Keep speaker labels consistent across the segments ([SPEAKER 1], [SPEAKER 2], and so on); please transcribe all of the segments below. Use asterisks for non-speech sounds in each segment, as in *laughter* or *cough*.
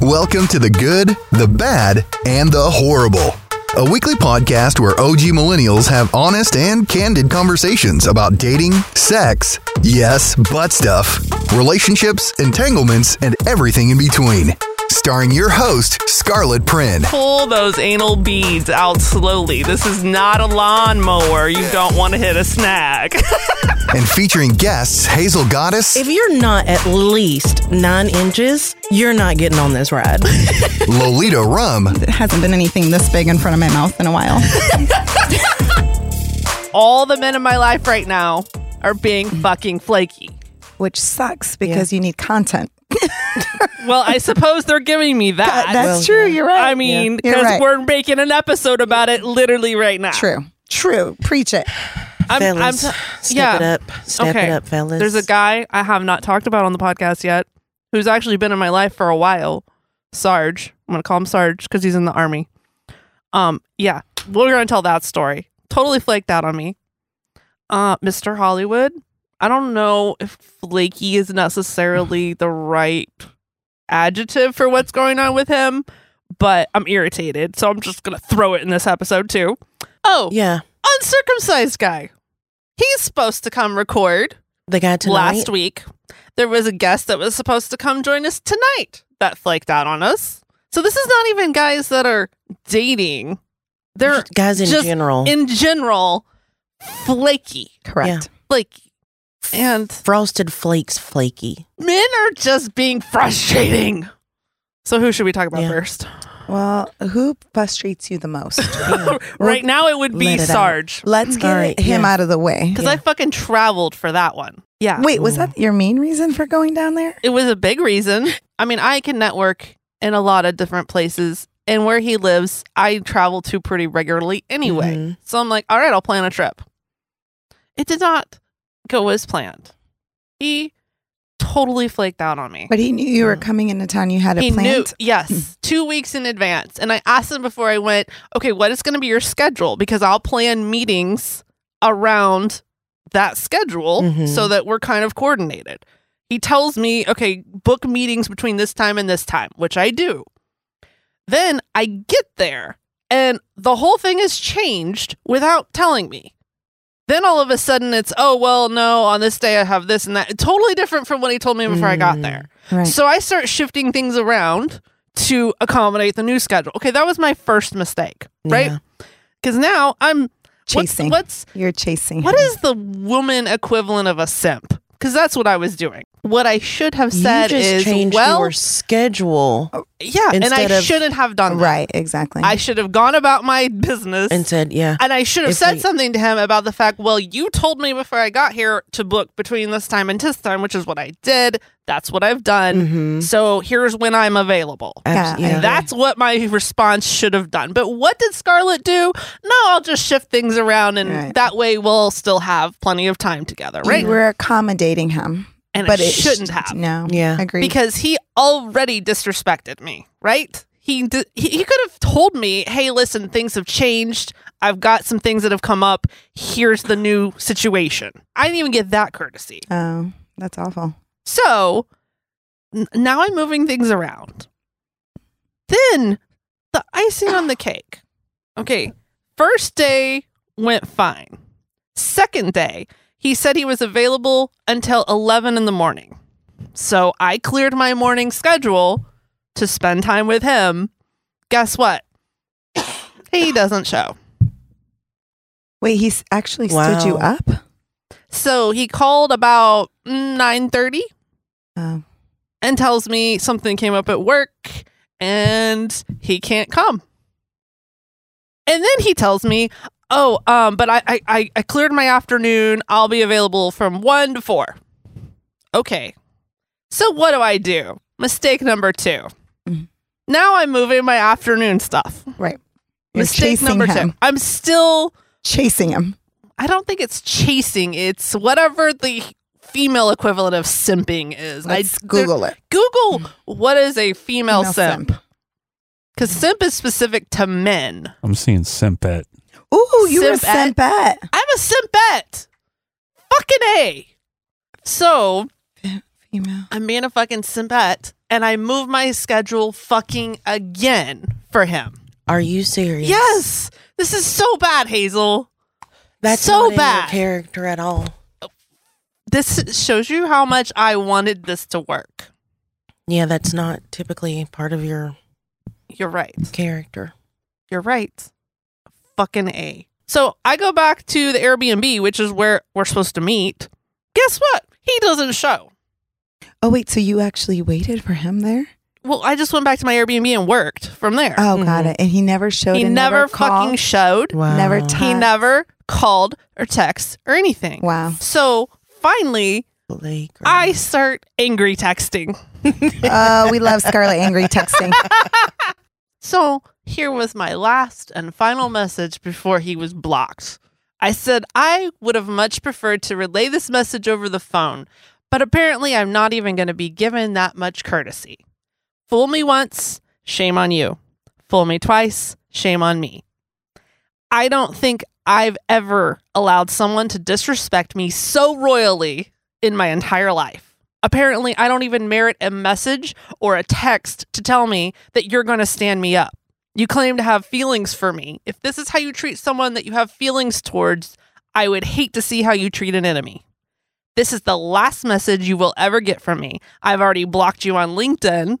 [SPEAKER 1] Welcome to the good, the bad, and the horrible. A weekly podcast where OG millennials have honest and candid conversations about dating, sex, yes, butt stuff, relationships, entanglements, and everything in between. Starring your host, Scarlett Prin.
[SPEAKER 2] pull those anal beads out slowly. This is not a lawnmower. You don't want to hit a snag. *laughs*
[SPEAKER 1] and featuring guests Hazel Goddess,
[SPEAKER 3] If you're not at least nine inches, you're not getting on this ride.
[SPEAKER 1] Lolita Rum,
[SPEAKER 4] hasn't been anything this big in front of my mouth in a while.
[SPEAKER 2] All the men in my life right now are being fucking flaky.
[SPEAKER 4] *laughs* Which sucks because you need content.
[SPEAKER 2] Well, I suppose they're giving me that.
[SPEAKER 4] That's true. You're right.
[SPEAKER 2] I mean,
[SPEAKER 4] Yeah. You're
[SPEAKER 2] because
[SPEAKER 4] right.
[SPEAKER 2] we're making an episode about it literally right now.
[SPEAKER 4] true. True. Preach it.
[SPEAKER 2] *laughs* I'm,
[SPEAKER 3] fellas,
[SPEAKER 2] I'm t-
[SPEAKER 3] step
[SPEAKER 2] yeah.
[SPEAKER 3] it up. Step
[SPEAKER 2] Okay.
[SPEAKER 3] it up, fellas.
[SPEAKER 2] There's a guy I have not talked about on the podcast yet who's actually been in my life for a while. Sarge. I'm going to call him Sarge because he's in the army. Um, yeah, we're going to tell that story. Totally flaked out on me. Uh, Mr. Hollywood. I don't know if flaky is necessarily the right adjective for what's going on with him, but I'm irritated. So I'm just going to throw it in this episode too. Oh,
[SPEAKER 3] Yeah.
[SPEAKER 2] uncircumcised guy. He's supposed to come record
[SPEAKER 3] The guy tonight.
[SPEAKER 2] last week. There was a guest that was supposed to come join us tonight that flaked out on us. So this is not even guys that are dating. They're
[SPEAKER 3] Just guys in
[SPEAKER 2] just
[SPEAKER 3] general.
[SPEAKER 2] in general flaky,
[SPEAKER 4] Correct.
[SPEAKER 2] flaky. And
[SPEAKER 3] Frosted Flakes Flaky.
[SPEAKER 2] men are just being frustrating. So who should we talk about
[SPEAKER 3] Yeah.
[SPEAKER 2] first?
[SPEAKER 4] Well, who frustrates you the most?
[SPEAKER 2] *laughs* right now it would be
[SPEAKER 3] let it out.
[SPEAKER 2] Sarge
[SPEAKER 4] Let's get
[SPEAKER 3] All right,
[SPEAKER 4] him
[SPEAKER 3] yeah.
[SPEAKER 4] out of the way.
[SPEAKER 2] because
[SPEAKER 3] Yeah.
[SPEAKER 2] I fucking traveled for that one. Yeah.
[SPEAKER 4] Wait, was that your main reason for going down there?
[SPEAKER 2] it was a big reason. I mean, I can network in a lot of different places, and where he lives, I travel to pretty regularly anyway.
[SPEAKER 3] Mhm.
[SPEAKER 2] So I'm like, all right, I'll plan a trip. It did not go as planned. He totally flaked out on me.
[SPEAKER 4] But he knew you were coming into town. You had a
[SPEAKER 2] he knew,
[SPEAKER 4] plant.
[SPEAKER 2] yes, two weeks in advance. And I asked him before I went, okay, what is going to be your schedule? Because I'll plan meetings around that schedule
[SPEAKER 3] Mhm.
[SPEAKER 2] so that we're kind of coordinated. He tells me, okay, book meetings between this time and this time, which I do. Then I get there and the whole thing has changed without telling me. Then all of a sudden it's, oh, well, no, on this day I have this and that. Totally different from what he told me before I got
[SPEAKER 3] Mm.
[SPEAKER 2] there.
[SPEAKER 4] Right.
[SPEAKER 2] So I start shifting things around to accommodate the new schedule. Okay, that was my first mistake, right?
[SPEAKER 3] Yeah.
[SPEAKER 2] Because now I'm
[SPEAKER 4] Chasing.
[SPEAKER 2] What's,
[SPEAKER 4] You're chasing.
[SPEAKER 2] what's what
[SPEAKER 4] him.
[SPEAKER 2] is the woman equivalent of a simp? Because that's what I was doing. What I should have said
[SPEAKER 3] you just
[SPEAKER 2] is,
[SPEAKER 3] changed
[SPEAKER 2] well, Oh,
[SPEAKER 3] your schedule
[SPEAKER 2] yeah, and
[SPEAKER 3] instead
[SPEAKER 2] I
[SPEAKER 3] of-
[SPEAKER 2] shouldn't have done that.
[SPEAKER 4] right? Exactly.
[SPEAKER 2] I should have gone about my business.
[SPEAKER 3] and said, yeah.
[SPEAKER 2] And I should have
[SPEAKER 3] If
[SPEAKER 2] said
[SPEAKER 3] we-
[SPEAKER 2] something to him about the fact, well, you told me before I got here to book between this time and this time, which is what I did. That's what I've done.
[SPEAKER 3] Mm-hmm. Uh-huh.
[SPEAKER 2] So here's when I'm available.
[SPEAKER 4] Yeah, I agree.
[SPEAKER 2] That's what my response should have done. But what did Scarlett do? No, I'll just shift things around and
[SPEAKER 4] Right.
[SPEAKER 2] that way we'll still have plenty of time together,
[SPEAKER 4] You
[SPEAKER 2] right?
[SPEAKER 4] We're accommodating him,
[SPEAKER 2] and
[SPEAKER 4] but
[SPEAKER 2] it,
[SPEAKER 4] it
[SPEAKER 2] shouldn't
[SPEAKER 4] sh-
[SPEAKER 2] have.
[SPEAKER 4] No.
[SPEAKER 3] Yeah.
[SPEAKER 4] Agreed.
[SPEAKER 2] Because he already disrespected me, right? He, di- he he could have told me, "Hey, listen, things have changed. I've got some things that have come up. Here's the new situation." I didn't even get that courtesy.
[SPEAKER 4] oh, that's awful.
[SPEAKER 2] So n- now I'm moving things around. Then the icing on the cake. Okay. First day went fine. Second day, he said he was available until 11 in the morning. So I cleared my morning schedule to spend time with him. Guess what? *coughs* he doesn't show.
[SPEAKER 4] Wait, he's actually stood you
[SPEAKER 3] Wow.
[SPEAKER 4] up.
[SPEAKER 2] So he called about 9:30
[SPEAKER 4] Oh,
[SPEAKER 2] and tells me something came up at work and he can't come. And then he tells me, Oh, um, but I, I- I, I cleared my afternoon. I'll be available from one to four. Okay. So what do I do? Mistake number 2
[SPEAKER 4] Mhm.
[SPEAKER 2] Now I'm moving my afternoon stuff.
[SPEAKER 4] right. You're
[SPEAKER 2] Mistake
[SPEAKER 4] chasing
[SPEAKER 2] number
[SPEAKER 4] him.
[SPEAKER 2] two. I'm still
[SPEAKER 4] Chasing him.
[SPEAKER 2] I don't think it's chasing, it's whatever the female equivalent of simping is.
[SPEAKER 4] Let's
[SPEAKER 2] I there-
[SPEAKER 4] Google it.
[SPEAKER 2] Google what is a female,
[SPEAKER 4] Female
[SPEAKER 2] simp. Because simp is specific to men.
[SPEAKER 5] I'm seeing Simpet.
[SPEAKER 4] Ooh, you were
[SPEAKER 2] Simpette.
[SPEAKER 4] sent back.
[SPEAKER 2] I'm a simpette. Fucking A. So
[SPEAKER 4] Female.
[SPEAKER 2] I'm being a fucking simpet and I move my schedule fucking again for him.
[SPEAKER 5] Are you serious?
[SPEAKER 2] Yes. This is so bad, Hazel.
[SPEAKER 5] That's
[SPEAKER 2] so
[SPEAKER 5] not in your
[SPEAKER 2] bad.
[SPEAKER 5] character at all.
[SPEAKER 2] This shows you how much I wanted this to work.
[SPEAKER 5] Yeah, that's not typically part of your
[SPEAKER 2] You're right.
[SPEAKER 5] character.
[SPEAKER 2] You're right. Fucking A. So I go back to the Airbnb, which is where we're supposed to meet. Guess what? He doesn't show.
[SPEAKER 4] Oh wait, so you actually waited for him there?
[SPEAKER 2] Well, I just went back to my Airbnb and worked from there.
[SPEAKER 4] Oh,
[SPEAKER 5] Mhm.
[SPEAKER 4] got it. And he never showed.
[SPEAKER 2] he
[SPEAKER 4] and
[SPEAKER 2] never, fucking
[SPEAKER 4] called?
[SPEAKER 2] showed.
[SPEAKER 4] Never
[SPEAKER 5] Wow.
[SPEAKER 4] touched.
[SPEAKER 2] He never called or texted or anything.
[SPEAKER 4] Wow.
[SPEAKER 2] So finally,
[SPEAKER 5] Blake or-
[SPEAKER 2] I start angry texting.
[SPEAKER 4] *laughs* Oh, we love Scarlet Angry texting.
[SPEAKER 2] So here was my last and final message before he was blocked. I said I would have much preferred to relay this message over the phone, but apparently I'm not even going to be given that much courtesy. Fool me once, shame on you. Fool me twice, shame on me. I don't think I've ever allowed someone to disrespect me so royally in my entire life. Apparently, I don't even merit a message or a text to tell me that you're going to stand me up. You claim to have feelings for me. If this is how you treat someone that you have feelings towards, I would hate to see how you treat an enemy. This is the last message you will ever get from me. I've already blocked you on LinkedIn.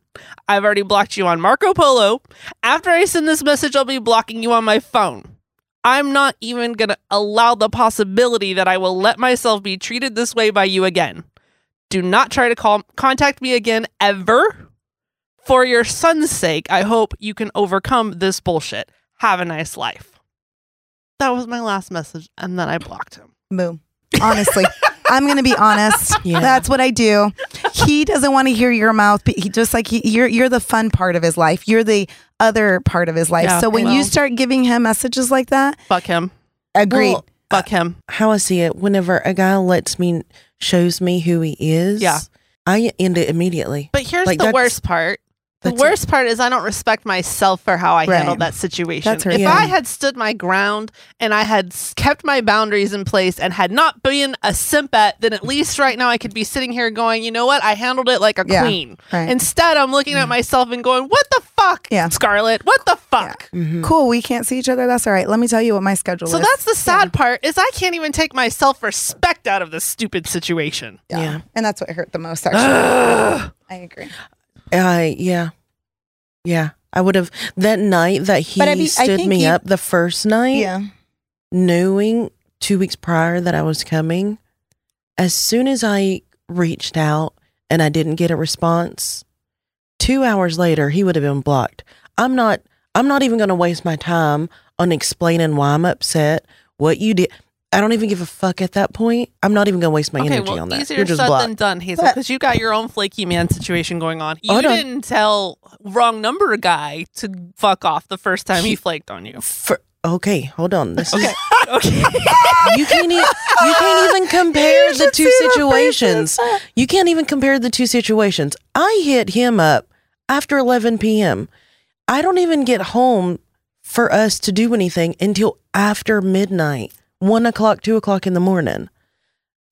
[SPEAKER 2] I've already blocked you on Marco Polo. After I send this message, I'll be blocking you on my phone. I'm not even going to allow the possibility that I will let myself be treated this way by you again. Do not try to call contact me again ever. For your son's sake, I hope you can overcome this bullshit. Have a nice life. That was my last message, and then I blocked him.
[SPEAKER 4] *laughs* Boom. Honestly, I'm going to be *laughs* honest.
[SPEAKER 5] Yeah.
[SPEAKER 4] That's what I do. He doesn't want to hear your mouth, but he just like he, you're you're the fun part of his life. You're the other part of his life.
[SPEAKER 2] Yeah,
[SPEAKER 4] so when
[SPEAKER 2] well-
[SPEAKER 4] you start giving him messages like that,
[SPEAKER 2] Fuck him.
[SPEAKER 4] agreed.
[SPEAKER 5] Well,
[SPEAKER 2] Fuck him.
[SPEAKER 5] how I see it, whenever a guy lets me shows me who he is,
[SPEAKER 2] Yeah.
[SPEAKER 5] I end it immediately.
[SPEAKER 2] But here's
[SPEAKER 5] Like,
[SPEAKER 2] the
[SPEAKER 5] that's-
[SPEAKER 2] worst part. The
[SPEAKER 5] that's it.
[SPEAKER 2] worst part is I don't respect myself for how I
[SPEAKER 4] Right.
[SPEAKER 2] handled that situation.
[SPEAKER 4] That's her-
[SPEAKER 2] if
[SPEAKER 4] yeah.
[SPEAKER 2] I had stood my ground and I had s- kept my boundaries in place and had not been a simp at, then at least right now I could be sitting here going, you know what? I handled it like a
[SPEAKER 4] Yeah.
[SPEAKER 2] queen.
[SPEAKER 4] Right. Mm.
[SPEAKER 2] Instead, I'm looking at myself and going, what the fuck,
[SPEAKER 4] Yeah. Mm.
[SPEAKER 2] Scarlett? What the fuck?
[SPEAKER 5] Mhm.
[SPEAKER 4] cool, we can't see each other. That's all right. Let me tell you what my schedule
[SPEAKER 2] So
[SPEAKER 4] is.
[SPEAKER 2] that's the sad part is I can't even take my self respect out of this stupid situation.
[SPEAKER 5] Yeah.
[SPEAKER 4] and that's what hurt the
[SPEAKER 5] *gasps*
[SPEAKER 4] most. Actually, I agree.
[SPEAKER 5] Uh, yeah. Yeah. I would have that night that he
[SPEAKER 4] But I be- I
[SPEAKER 5] stood
[SPEAKER 4] think
[SPEAKER 5] me
[SPEAKER 4] you-
[SPEAKER 5] up the first night,
[SPEAKER 4] Yeah,
[SPEAKER 5] knowing two weeks prior that I was coming. As soon as I reached out and I didn't get a response, two hours later he would have been blocked. I'm not. I'm not even going to waste my time on explaining why I'm upset. What you did. I don't even give a fuck at that point. I'm not even going to waste my
[SPEAKER 2] okay,
[SPEAKER 5] energy
[SPEAKER 2] well,
[SPEAKER 5] on that.
[SPEAKER 2] easier
[SPEAKER 5] You're just
[SPEAKER 2] said
[SPEAKER 5] blocked.
[SPEAKER 2] than done, Hazel,
[SPEAKER 4] But-
[SPEAKER 2] because you got your own flaky man situation going on. You
[SPEAKER 5] Hold on.
[SPEAKER 2] didn't tell wrong number guy to fuck off the first time he flaked on
[SPEAKER 5] *laughs*
[SPEAKER 2] you.
[SPEAKER 5] For, okay, hold on. This is,
[SPEAKER 2] Okay,
[SPEAKER 5] you can't e- *laughs* you can't even compare the two situations. You can't even compare the two situations. I hit him up after 11 p.m. I don't even get home for us to do anything until after midnight, one o'clock, two o'clock in the morning.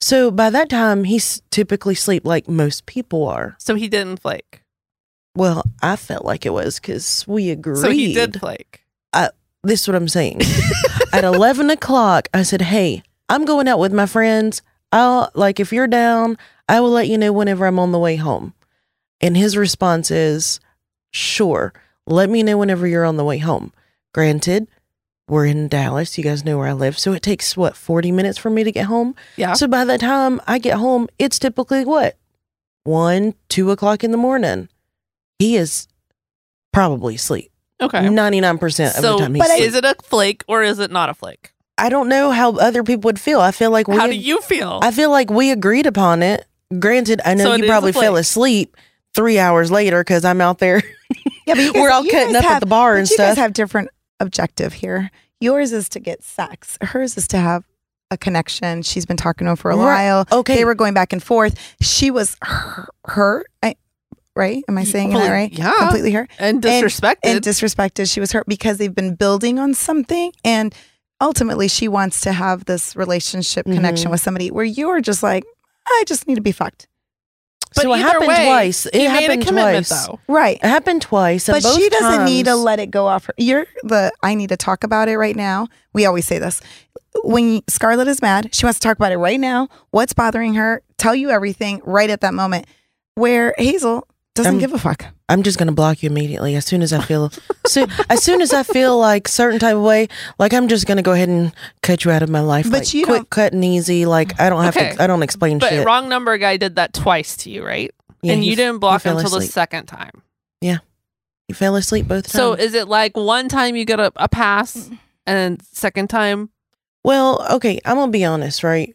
[SPEAKER 5] So by that time, he's typically sleep like most people are.
[SPEAKER 2] so he didn't flake.
[SPEAKER 5] Well, I felt like it was because we agreed.
[SPEAKER 2] So he did flake.
[SPEAKER 5] this is what I'm saying. *laughs* At 11 o'clock, I said, Hey, I'm going out with my friends. I'll, like, if you're down, I will let you know whenever I'm on the way home. And his response is, Sure, let me know whenever you're on the way home. Granted, we're in Dallas. You guys know where I live. So it takes, what, 40 minutes for me to get home?
[SPEAKER 2] Yeah.
[SPEAKER 5] So by the time I get home, it's typically what? One, two o'clock in the morning. He is probably asleep.
[SPEAKER 2] Okay.
[SPEAKER 5] 99% of
[SPEAKER 2] so,
[SPEAKER 5] the time he's
[SPEAKER 2] but
[SPEAKER 5] asleep.
[SPEAKER 2] is it a flake or is it not a flake?
[SPEAKER 5] I don't know how other people would feel. I feel like we
[SPEAKER 2] How do you feel?
[SPEAKER 5] I feel like we agreed upon it. Granted, I know
[SPEAKER 2] So it
[SPEAKER 5] you
[SPEAKER 2] is a
[SPEAKER 5] probably fell
[SPEAKER 2] flake.
[SPEAKER 5] asleep three hours later because I'm out there.
[SPEAKER 4] yeah. But you
[SPEAKER 5] *laughs* We're all
[SPEAKER 4] you
[SPEAKER 5] cutting up at the bar
[SPEAKER 4] but
[SPEAKER 5] and
[SPEAKER 4] you
[SPEAKER 5] stuff.
[SPEAKER 4] guys have different objective here. Yours is to get sex. Hers is to have a connection. She's been talking to him for a
[SPEAKER 5] Right.
[SPEAKER 4] while.
[SPEAKER 5] Okay.
[SPEAKER 4] they were going back and forth. She was her, her I, right? Am I saying
[SPEAKER 2] Fully-
[SPEAKER 4] that right?
[SPEAKER 2] yeah.
[SPEAKER 4] completely her
[SPEAKER 2] and disrespected.
[SPEAKER 4] and disrespected. She was hurt because they've been building on something and ultimately she wants to have this relationship connection
[SPEAKER 5] Mm-hmm.
[SPEAKER 4] with somebody where you are just like, I just need to be fucked.
[SPEAKER 2] But
[SPEAKER 5] so it
[SPEAKER 2] either
[SPEAKER 5] happened
[SPEAKER 2] way,
[SPEAKER 5] twice. It
[SPEAKER 2] he
[SPEAKER 5] happened
[SPEAKER 2] made a commitment,
[SPEAKER 5] twice.
[SPEAKER 2] though.
[SPEAKER 4] Right.
[SPEAKER 5] It happened twice. and
[SPEAKER 4] but she
[SPEAKER 5] both
[SPEAKER 4] doesn't need to
[SPEAKER 5] times-
[SPEAKER 4] let it go off her. You're the I need to talk about it right now. We always say this. When Scarlett is mad, she wants to talk about it right now. What's bothering her? Tell you everything right at that moment. Where Hazel doesn't
[SPEAKER 5] Um,
[SPEAKER 4] give a fuck.
[SPEAKER 5] I'm just gonna block you immediately as soon as I feel so, as soon as I feel like certain type of way, like I'm just gonna go ahead and cut you out of my life.
[SPEAKER 4] But
[SPEAKER 5] like,
[SPEAKER 4] you
[SPEAKER 5] quick,
[SPEAKER 4] don't-
[SPEAKER 5] cut and easy. Like I don't have
[SPEAKER 2] Okay.
[SPEAKER 5] to. I don't explain
[SPEAKER 2] But
[SPEAKER 5] shit.
[SPEAKER 2] wrong number guy did that twice to you, right?
[SPEAKER 5] Yeah,
[SPEAKER 2] and
[SPEAKER 5] he
[SPEAKER 2] you
[SPEAKER 5] f-
[SPEAKER 2] didn't
[SPEAKER 5] he
[SPEAKER 2] block him
[SPEAKER 5] fell
[SPEAKER 2] until the
[SPEAKER 5] asleep.
[SPEAKER 2] second time.
[SPEAKER 5] You fell asleep both times.
[SPEAKER 2] So is it like one time you get a, a pass
[SPEAKER 5] Mm.
[SPEAKER 2] and then second time?
[SPEAKER 5] Well, okay, I'm gonna be honest, right?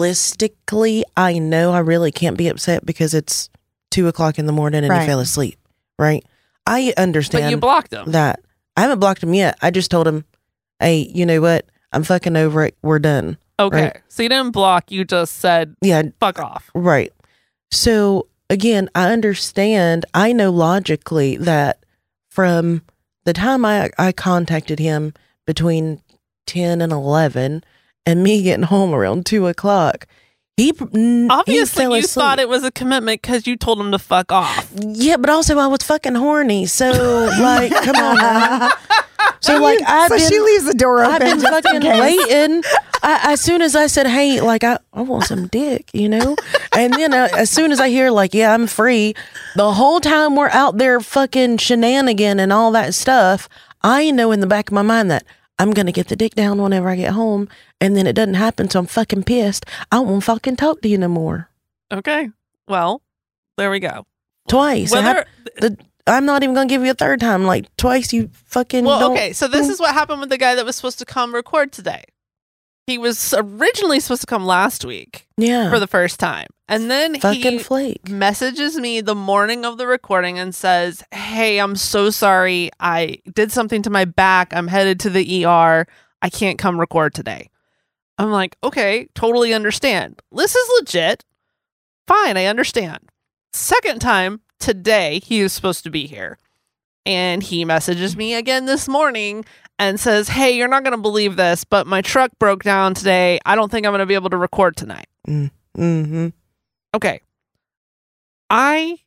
[SPEAKER 5] Realistically, I know I really can't be upset because it's two o'clock in the morning and
[SPEAKER 4] Right.
[SPEAKER 5] he fell asleep, right? I understand
[SPEAKER 2] But you blocked him.
[SPEAKER 5] that. I haven't blocked him yet. I just told him, "Hey, you know what? I'm fucking over it. We're done."
[SPEAKER 2] okay.
[SPEAKER 5] right. Uh,
[SPEAKER 2] So you didn't block, you just said
[SPEAKER 5] Yeah,
[SPEAKER 2] fuck off.
[SPEAKER 5] right. So again, I understand. I know logically that from the time I I contacted him between ten and eleven, and me getting home around two o'clock, he pr- n- he
[SPEAKER 2] Obviously
[SPEAKER 5] fell
[SPEAKER 2] you
[SPEAKER 5] asleep.
[SPEAKER 2] thought it was a commitment because you told him to fuck off.
[SPEAKER 5] Yeah, but also I was fucking horny. So like,
[SPEAKER 2] *laughs*
[SPEAKER 5] come on. man. So like, I've
[SPEAKER 4] *laughs* so
[SPEAKER 5] been
[SPEAKER 4] she leaves the door
[SPEAKER 5] I've been
[SPEAKER 4] open. just in *laughs*
[SPEAKER 5] fucking
[SPEAKER 4] case.
[SPEAKER 5] waiting. I, as soon as I said, "Hey, like I, I want some dick," you know, and then uh, as soon as I hear, like, "Yeah, I'm free," the whole time we're out there fucking shenanigan and all that stuff, I know in the back of my mind that I'm gonna get the dick down whenever I get home, and then it doesn't happen, so I'm fucking pissed. I won't fucking talk to you no more.
[SPEAKER 2] Okay. Well, there we go.
[SPEAKER 5] Twice. It hap-
[SPEAKER 2] Whether
[SPEAKER 5] the, I'm not even gonna give you a third time. Like twice, you fucking.
[SPEAKER 2] Well,
[SPEAKER 5] don't-
[SPEAKER 2] okay. So this is what happened with the guy that was supposed to come record today. He was originally supposed to come last week
[SPEAKER 5] yeah.
[SPEAKER 2] for the first time. And then
[SPEAKER 5] fucking
[SPEAKER 2] he
[SPEAKER 5] flake.
[SPEAKER 2] messages me the morning of the recording and says, "Hey, I'm so sorry. I did something to my back. I'm headed to the ER. I can't come record today." I'm like, "Okay, totally understand. This is legit. Fine, I understand." Second time today, he was supposed to be here. And he messages me again this morning and says, Hey, you're not going to believe this, but my truck broke down today. I don't think I'm going to be able to record tonight
[SPEAKER 5] Mm-hmm.
[SPEAKER 2] okay. I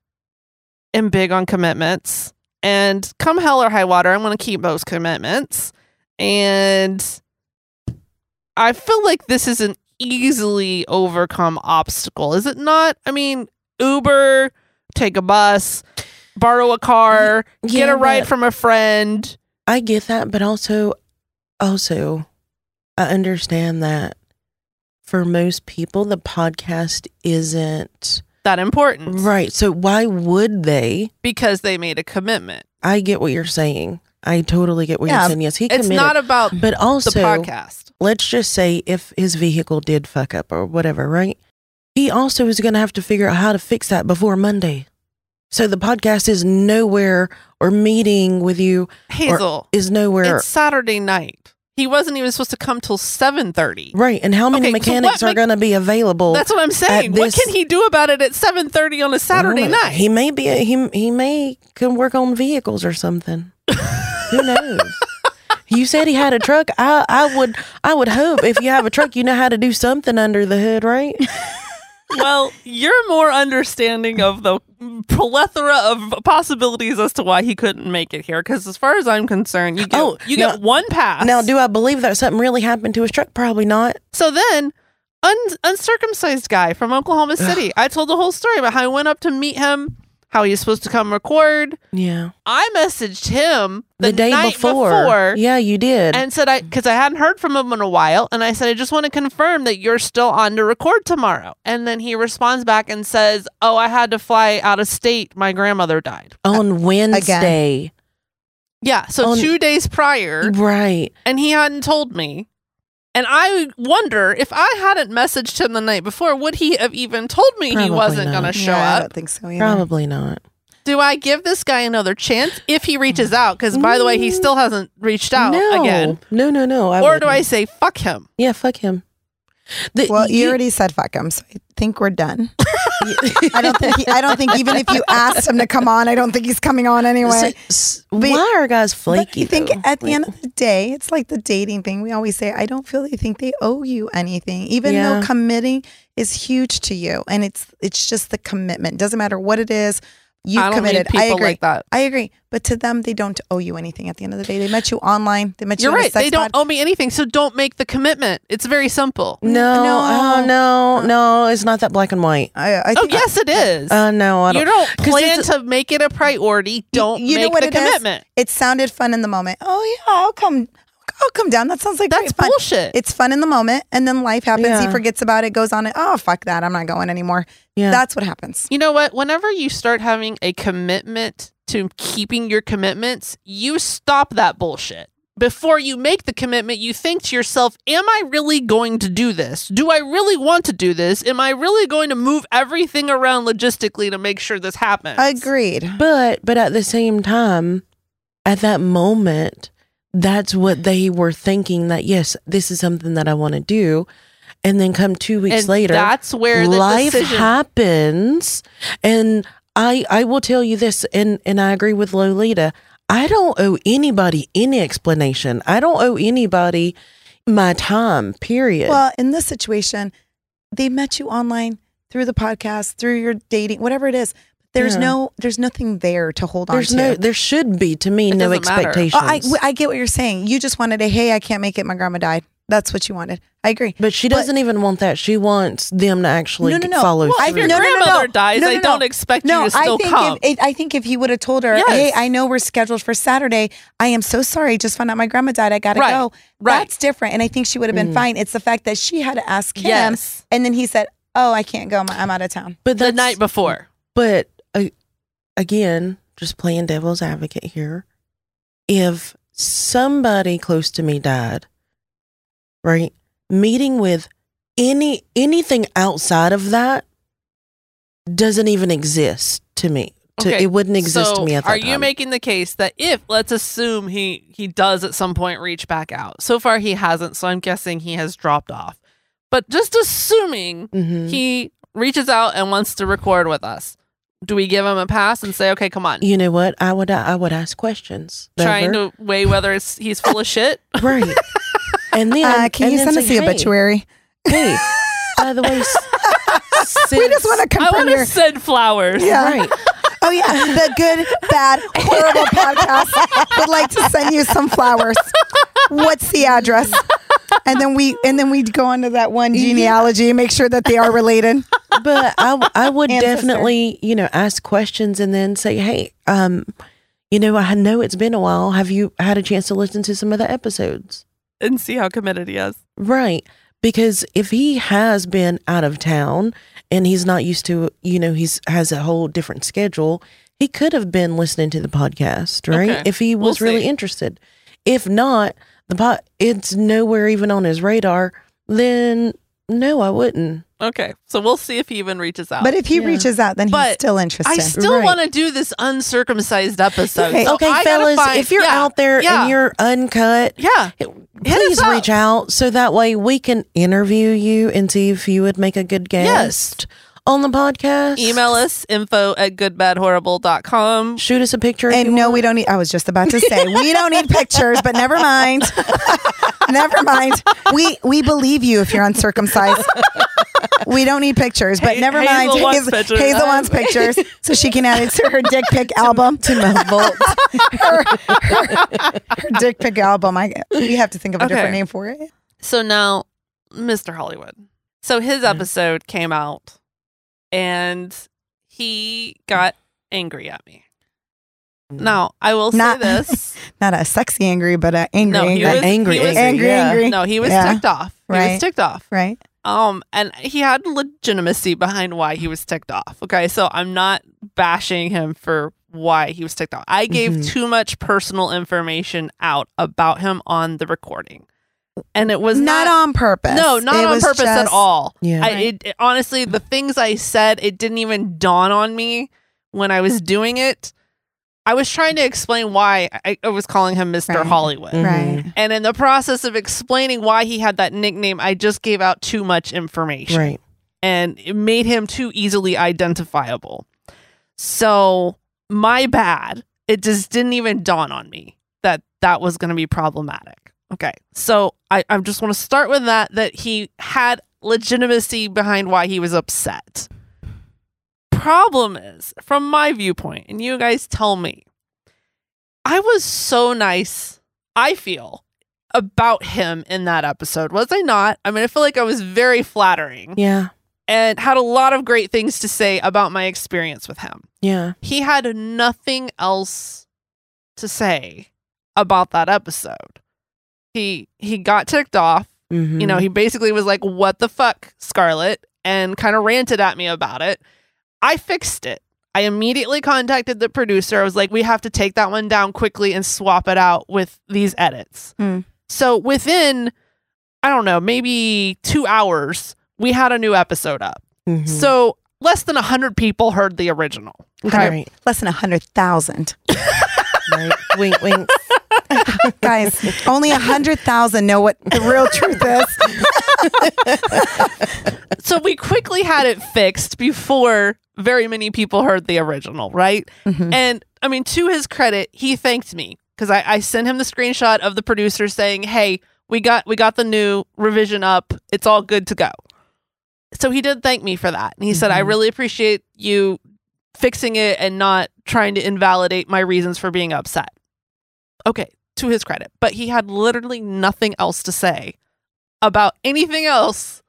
[SPEAKER 2] am big on commitments, and come hell or high water, I'm going to keep those commitments. And I feel like this is an easily overcome obstacle, is it not? I mean, Uber, take a bus, borrow a car, get
[SPEAKER 5] yeah,
[SPEAKER 2] a ride
[SPEAKER 5] but-
[SPEAKER 2] from a friend.
[SPEAKER 5] I get that, but also, also, I understand that for most people, the podcast isn't
[SPEAKER 2] That important,
[SPEAKER 5] right. So why would they?
[SPEAKER 2] Because they made a commitment.
[SPEAKER 5] I get what you're saying. I totally get what
[SPEAKER 4] Yeah,
[SPEAKER 5] you're saying. Yes, he
[SPEAKER 2] It's
[SPEAKER 5] committed,
[SPEAKER 2] not about
[SPEAKER 5] but
[SPEAKER 2] the
[SPEAKER 5] also
[SPEAKER 2] podcast.
[SPEAKER 5] let's just say if his vehicle did fuck up or whatever, right? He also is going to have to figure out how to fix that before Monday. So the podcast is nowhere or meeting with you
[SPEAKER 2] Hazel,
[SPEAKER 5] is nowhere
[SPEAKER 2] It's Saturday night. He wasn't even supposed to come till seven thirty.
[SPEAKER 5] right. And how many
[SPEAKER 2] Okay, so
[SPEAKER 5] mechanics
[SPEAKER 2] what
[SPEAKER 5] are
[SPEAKER 2] make-
[SPEAKER 5] going to be available?
[SPEAKER 2] That's what I'm saying.
[SPEAKER 5] At
[SPEAKER 2] What
[SPEAKER 5] this-
[SPEAKER 2] can he do about it at seven thirty on a Saturday
[SPEAKER 5] Well,
[SPEAKER 2] night?
[SPEAKER 5] He may be a, he he may can work on vehicles or something.
[SPEAKER 2] *laughs*
[SPEAKER 5] Who knows? You said he had a truck. I I would I would hope if you have a truck, you know how to do something under the
[SPEAKER 2] *laughs*
[SPEAKER 5] hood, right?
[SPEAKER 2] well, you're more understanding of the plethora of possibilities as to why he couldn't make it here. Because as far as I'm concerned, you get
[SPEAKER 5] Oh,
[SPEAKER 2] you
[SPEAKER 5] now-
[SPEAKER 2] get one pass.
[SPEAKER 5] Now, do I believe that something really happened to his truck? Probably not.
[SPEAKER 2] So then, un- uncircumcised guy from Oklahoma City. I told the whole story about how I went up to meet him, how he was supposed to come record.
[SPEAKER 5] Yeah.
[SPEAKER 2] I messaged him the,
[SPEAKER 5] The, day
[SPEAKER 2] night
[SPEAKER 5] before.
[SPEAKER 2] before
[SPEAKER 5] Yeah, you did.
[SPEAKER 2] and said I because I hadn't heard from him in a while, and I said I just want to confirm that you're still on to record tomorrow. And then he responds back and says, "Oh, I had to fly out of state. My grandmother died."
[SPEAKER 5] on Wednesday.
[SPEAKER 2] Yeah, so
[SPEAKER 5] Oh, n-
[SPEAKER 2] two days
[SPEAKER 5] Mm-hmm.
[SPEAKER 2] prior,
[SPEAKER 5] Right.
[SPEAKER 2] and he hadn't told me. And I wonder if I hadn't messaged him the night before, would he have even told me he
[SPEAKER 5] Probably
[SPEAKER 2] wasn't
[SPEAKER 5] not.
[SPEAKER 2] going to show
[SPEAKER 4] Yeah, I
[SPEAKER 2] up?
[SPEAKER 4] don't think so either.
[SPEAKER 5] Probably not.
[SPEAKER 2] Do I give this guy another chance if he reaches out? Because by the way, he still hasn't reached out
[SPEAKER 5] Mm. no.
[SPEAKER 2] again.
[SPEAKER 5] No, no, no. I
[SPEAKER 2] or do I
[SPEAKER 5] wouldn't.
[SPEAKER 2] say fuck him?
[SPEAKER 5] Yeah, fuck him. The-
[SPEAKER 4] Well, you
[SPEAKER 5] you-
[SPEAKER 4] already said fuck him. So think we're done.
[SPEAKER 5] *laughs*
[SPEAKER 4] I don't think. He, I don't think even if
[SPEAKER 2] *laughs*
[SPEAKER 4] you asked him to come on, I don't think he's coming on anyway.
[SPEAKER 5] S- s- why are guys
[SPEAKER 4] But
[SPEAKER 5] flaky?
[SPEAKER 4] you think
[SPEAKER 5] though?
[SPEAKER 4] at the
[SPEAKER 5] Like,
[SPEAKER 4] end of the day, it's like the dating thing. We always say, I don't feel they think they owe you anything, even
[SPEAKER 5] Yeah.
[SPEAKER 4] though committing is huge to you, and it's it's just the commitment. Doesn't matter what it is. You
[SPEAKER 2] I
[SPEAKER 4] have
[SPEAKER 2] don't
[SPEAKER 4] committed.
[SPEAKER 2] read people
[SPEAKER 4] I agree.
[SPEAKER 2] like that.
[SPEAKER 4] I agree. But to them, they don't owe you anything. At the end of the day, they met you online. They met
[SPEAKER 2] You're
[SPEAKER 4] you. in a
[SPEAKER 2] right.
[SPEAKER 4] sex
[SPEAKER 2] They don't
[SPEAKER 4] pod.
[SPEAKER 2] owe me anything, so don't make the commitment. It's very simple.
[SPEAKER 5] No,
[SPEAKER 4] No.
[SPEAKER 5] oh, no, no, it's not that black and white.
[SPEAKER 4] I, I
[SPEAKER 2] Oh
[SPEAKER 4] think
[SPEAKER 2] yes, it is.
[SPEAKER 5] Uh, no, I don't.
[SPEAKER 2] you don't
[SPEAKER 5] 'cause
[SPEAKER 2] plan
[SPEAKER 5] it's-
[SPEAKER 2] to make it a priority. Don't
[SPEAKER 4] you know
[SPEAKER 2] make
[SPEAKER 4] what
[SPEAKER 2] the
[SPEAKER 4] it is?
[SPEAKER 2] commitment.
[SPEAKER 4] it sounded fun in the moment. Oh yeah, I'll come. I'll come down. That sounds like
[SPEAKER 2] That's
[SPEAKER 4] great fun.
[SPEAKER 2] bullshit.
[SPEAKER 4] It's fun in the moment, and then life happens. He
[SPEAKER 5] Yeah.
[SPEAKER 4] forgets about it. Goes on it. Oh fuck that! I'm not going anymore.
[SPEAKER 5] Yeah.
[SPEAKER 4] That's what happens.
[SPEAKER 2] You know what? Whenever you start having a commitment to keeping your commitments, you stop that bullshit. Before you make the commitment, you think to yourself, Am I really going to do this? Do I really want to do this? Am I really going to move everything around logistically to make sure this happens?
[SPEAKER 4] Agreed.
[SPEAKER 5] But but at the same time, at that moment, that's what they were thinking that yes, this is something that I want to do. And then come two weeks
[SPEAKER 2] And
[SPEAKER 5] later,
[SPEAKER 2] that's where the
[SPEAKER 5] life
[SPEAKER 2] decision-
[SPEAKER 5] happens. And I I will tell you this, and and I agree with Lolita. I don't owe anybody any explanation. I don't owe anybody my time. Period.
[SPEAKER 4] Well, in this situation, they met you online through the podcast, through your dating, whatever it is. There's
[SPEAKER 5] Yeah.
[SPEAKER 4] no, there's nothing there to hold
[SPEAKER 5] There's
[SPEAKER 4] on
[SPEAKER 5] no,
[SPEAKER 4] to.
[SPEAKER 5] there should be to me
[SPEAKER 2] It
[SPEAKER 5] no
[SPEAKER 2] doesn't matter. Oh, I-
[SPEAKER 5] expectations.
[SPEAKER 4] Oh, I, I get what you're saying. You just wanted a hey, I can't make it. My grandma died. That's what you wanted. I agree.
[SPEAKER 5] But she
[SPEAKER 4] But-
[SPEAKER 5] doesn't even want that. She wants them to actually
[SPEAKER 4] No, no, no.
[SPEAKER 5] follow
[SPEAKER 4] Well,
[SPEAKER 2] Well,
[SPEAKER 5] through.
[SPEAKER 2] if your
[SPEAKER 4] No, no, no, no.
[SPEAKER 2] grandmother dies,
[SPEAKER 4] No, no,
[SPEAKER 2] I
[SPEAKER 4] no.
[SPEAKER 2] don't expect
[SPEAKER 4] No,
[SPEAKER 2] you to still
[SPEAKER 4] I think
[SPEAKER 2] come.
[SPEAKER 4] If, it, I think if he would have told her,
[SPEAKER 2] Yes.
[SPEAKER 4] "Hey, I know we're scheduled for Saturday. I am so sorry. Just found out my grandma died. I gotta
[SPEAKER 2] Right.
[SPEAKER 4] go."
[SPEAKER 2] Right. Mm.
[SPEAKER 4] That's different, and I think she would have been fine. It's the fact that she had to ask him,
[SPEAKER 2] Yes.
[SPEAKER 4] and then he said, "Oh, I can't go. I'm- I'm out of town."
[SPEAKER 5] but
[SPEAKER 2] the
[SPEAKER 5] that's-
[SPEAKER 2] night before.
[SPEAKER 5] But uh, again, just playing devil's advocate here. If somebody close to me died, right? Meeting with any anything outside of that doesn't even exist to me. To, It wouldn't exist to
[SPEAKER 2] so
[SPEAKER 5] me at that
[SPEAKER 2] are you
[SPEAKER 5] time.
[SPEAKER 2] making the case that if let's assume he he does at some point reach back out? So far he hasn't, so I'm guessing he has dropped off. But just assuming
[SPEAKER 4] Mm-hmm.
[SPEAKER 5] Mhm.
[SPEAKER 2] he reaches out and wants to record with us, do we give him a pass and say, okay, come on,
[SPEAKER 5] You know what? I would I would ask questions.
[SPEAKER 2] trying
[SPEAKER 5] Dover.
[SPEAKER 2] to weigh whether it's, he's full of
[SPEAKER 4] *laughs*
[SPEAKER 2] shit? *laughs*
[SPEAKER 5] Right. And then
[SPEAKER 4] Uh, can
[SPEAKER 5] and
[SPEAKER 4] you
[SPEAKER 5] then
[SPEAKER 4] send
[SPEAKER 5] say,
[SPEAKER 4] us the
[SPEAKER 5] "Hey,
[SPEAKER 4] obituary?
[SPEAKER 5] Hey, by the
[SPEAKER 4] *laughs*
[SPEAKER 5] way, s-
[SPEAKER 4] We
[SPEAKER 5] since-
[SPEAKER 4] just want to
[SPEAKER 2] I
[SPEAKER 4] confirm
[SPEAKER 2] want
[SPEAKER 4] your.
[SPEAKER 2] to send flowers.
[SPEAKER 4] Yeah.
[SPEAKER 5] Right.
[SPEAKER 4] Oh yeah, the good, bad,
[SPEAKER 2] *laughs*
[SPEAKER 4] horrible podcast would like to send you some flowers. What's the address? And then we and then we'd go into that one genealogy, make sure that they are related.
[SPEAKER 5] But I, w-
[SPEAKER 2] *laughs*
[SPEAKER 5] I would
[SPEAKER 4] Ancestor.
[SPEAKER 5] definitely, you know, ask questions and then say, hey, um, you know, I know it's been a while. Have you had a chance to listen to some of the episodes?
[SPEAKER 2] And see how committed he is.
[SPEAKER 5] Right. Because if he has been out of town and he's not used to, you know, he's has a whole different schedule, he could have been listening to the podcast, right?
[SPEAKER 2] Okay.
[SPEAKER 5] If he
[SPEAKER 2] We'll
[SPEAKER 5] was really
[SPEAKER 2] see.
[SPEAKER 5] interested. If not, the pot it's nowhere even on his radar, then no, I wouldn't.
[SPEAKER 2] Okay. So we'll see if he even reaches out.
[SPEAKER 4] But if he
[SPEAKER 5] Yeah.
[SPEAKER 4] reaches out, then he's
[SPEAKER 2] Uh, But
[SPEAKER 4] still interested.
[SPEAKER 2] I still
[SPEAKER 5] Right.
[SPEAKER 2] want to do this uncircumcised episode.
[SPEAKER 4] Okay.
[SPEAKER 2] So
[SPEAKER 5] okay,
[SPEAKER 2] I gotta
[SPEAKER 5] fellas,
[SPEAKER 2] find-
[SPEAKER 5] if you're
[SPEAKER 2] yeah,
[SPEAKER 5] out there
[SPEAKER 2] yeah,
[SPEAKER 5] and you're uncut,
[SPEAKER 2] yeah.
[SPEAKER 5] please
[SPEAKER 2] us up.
[SPEAKER 5] reach out so that way we can interview you and see if you would make a good guest on the podcast.
[SPEAKER 2] Email us info at goodbadhorrible.com.
[SPEAKER 5] shoot us a picture. if you
[SPEAKER 4] and no, we don't need. I was just about
[SPEAKER 2] *laughs*
[SPEAKER 4] to say we don't need pictures, but never mind. never mind. We we believe you if you're uncircumcised. *laughs* We don't need pictures, but
[SPEAKER 2] Ha-
[SPEAKER 4] never
[SPEAKER 2] Hazel
[SPEAKER 4] mind.
[SPEAKER 2] wants
[SPEAKER 4] Hazel,
[SPEAKER 2] pictures.
[SPEAKER 4] Hazel wants pictures,
[SPEAKER 2] *laughs*
[SPEAKER 4] so she can add it to her dick pic album. To my vault. *laughs* her, her- her dick pic album. I we have to think of a
[SPEAKER 2] Okay.
[SPEAKER 4] different name for it.
[SPEAKER 2] So now, Mr. Hollywood. So his
[SPEAKER 4] Mm.
[SPEAKER 2] episode came out and he got angry at me. Now, I will say
[SPEAKER 4] Mm. Not-
[SPEAKER 2] this.
[SPEAKER 4] Not a sexy angry, but a angry
[SPEAKER 2] No, he
[SPEAKER 4] angry,
[SPEAKER 2] was
[SPEAKER 5] angry,
[SPEAKER 2] he was-
[SPEAKER 4] angry,
[SPEAKER 5] yeah.
[SPEAKER 4] *laughs* angry.
[SPEAKER 2] No, he was
[SPEAKER 4] Yeah.
[SPEAKER 2] ticked off. He
[SPEAKER 4] Right.
[SPEAKER 2] was ticked off.
[SPEAKER 4] Right.
[SPEAKER 2] Um, and he had legitimacy behind why he was ticked off. Okay, so I'm not bashing him for why he was ticked off. I gave
[SPEAKER 4] Mm-hmm.
[SPEAKER 5] Mhm.
[SPEAKER 2] too much personal information out about him on the recording, and it was
[SPEAKER 4] not,
[SPEAKER 2] not,
[SPEAKER 4] on purpose.
[SPEAKER 2] no, not
[SPEAKER 4] It
[SPEAKER 2] on
[SPEAKER 4] was
[SPEAKER 2] purpose at
[SPEAKER 4] just-
[SPEAKER 2] all.
[SPEAKER 5] Yeah.
[SPEAKER 2] I, it, it- honestly, the things I said, it didn't even dawn on me when I was doing it. I was trying to explain why I, I was calling him Mr.
[SPEAKER 4] Right.
[SPEAKER 2] Hollywood.
[SPEAKER 5] Mhm.
[SPEAKER 4] Right.
[SPEAKER 2] And in the process of explaining why he had that nickname, I just gave out too much information.
[SPEAKER 5] Right.
[SPEAKER 2] and it made him too easily identifiable. So, my bad. It just didn't even dawn on me that that was going to be problematic. Okay. So, I, I just want to start with that that he had legitimacy behind why he was upset. Problem is, from my viewpoint, and you guys tell me, I was so nice, I feel, about him in that episode, was I not? I mean, I feel like I was very flattering
[SPEAKER 5] Yeah.
[SPEAKER 2] and had a lot of great things to say about my experience with him.
[SPEAKER 5] Yeah.
[SPEAKER 2] He had nothing else to say about that episode. He he got ticked off.
[SPEAKER 5] Mhm.
[SPEAKER 2] You know, he basically was like, "What the fuck, Scarlett?" and kind of ranted at me about it. I fixed it. I immediately contacted the producer. I was like, "We have to take that one down quickly and swap it out with these edits."
[SPEAKER 4] Hmm.
[SPEAKER 2] So within I don't know, maybe 2 hours, we had a new episode up.
[SPEAKER 5] Mhm.
[SPEAKER 2] So less than 100 people heard the original.
[SPEAKER 5] Right.
[SPEAKER 4] Less than a hundred thousand *laughs*
[SPEAKER 5] right. wink, wink.
[SPEAKER 4] guys. Only a hundred thousand know what the real truth is.
[SPEAKER 2] So we quickly had it fixed before very many people heard the original, right? *laughs* And I mean, to his credit, he thanked me because I, I sent him the screenshot of the producer saying, "Hey, we got we got the new revision up. It's all good to go." So he did thank me for that, and he said,
[SPEAKER 5] Mm-hmm.
[SPEAKER 2] "I really appreciate you fixing it and not trying to invalidate my reasons for being upset." Okay, to his credit, but he had literally nothing else to say about anything else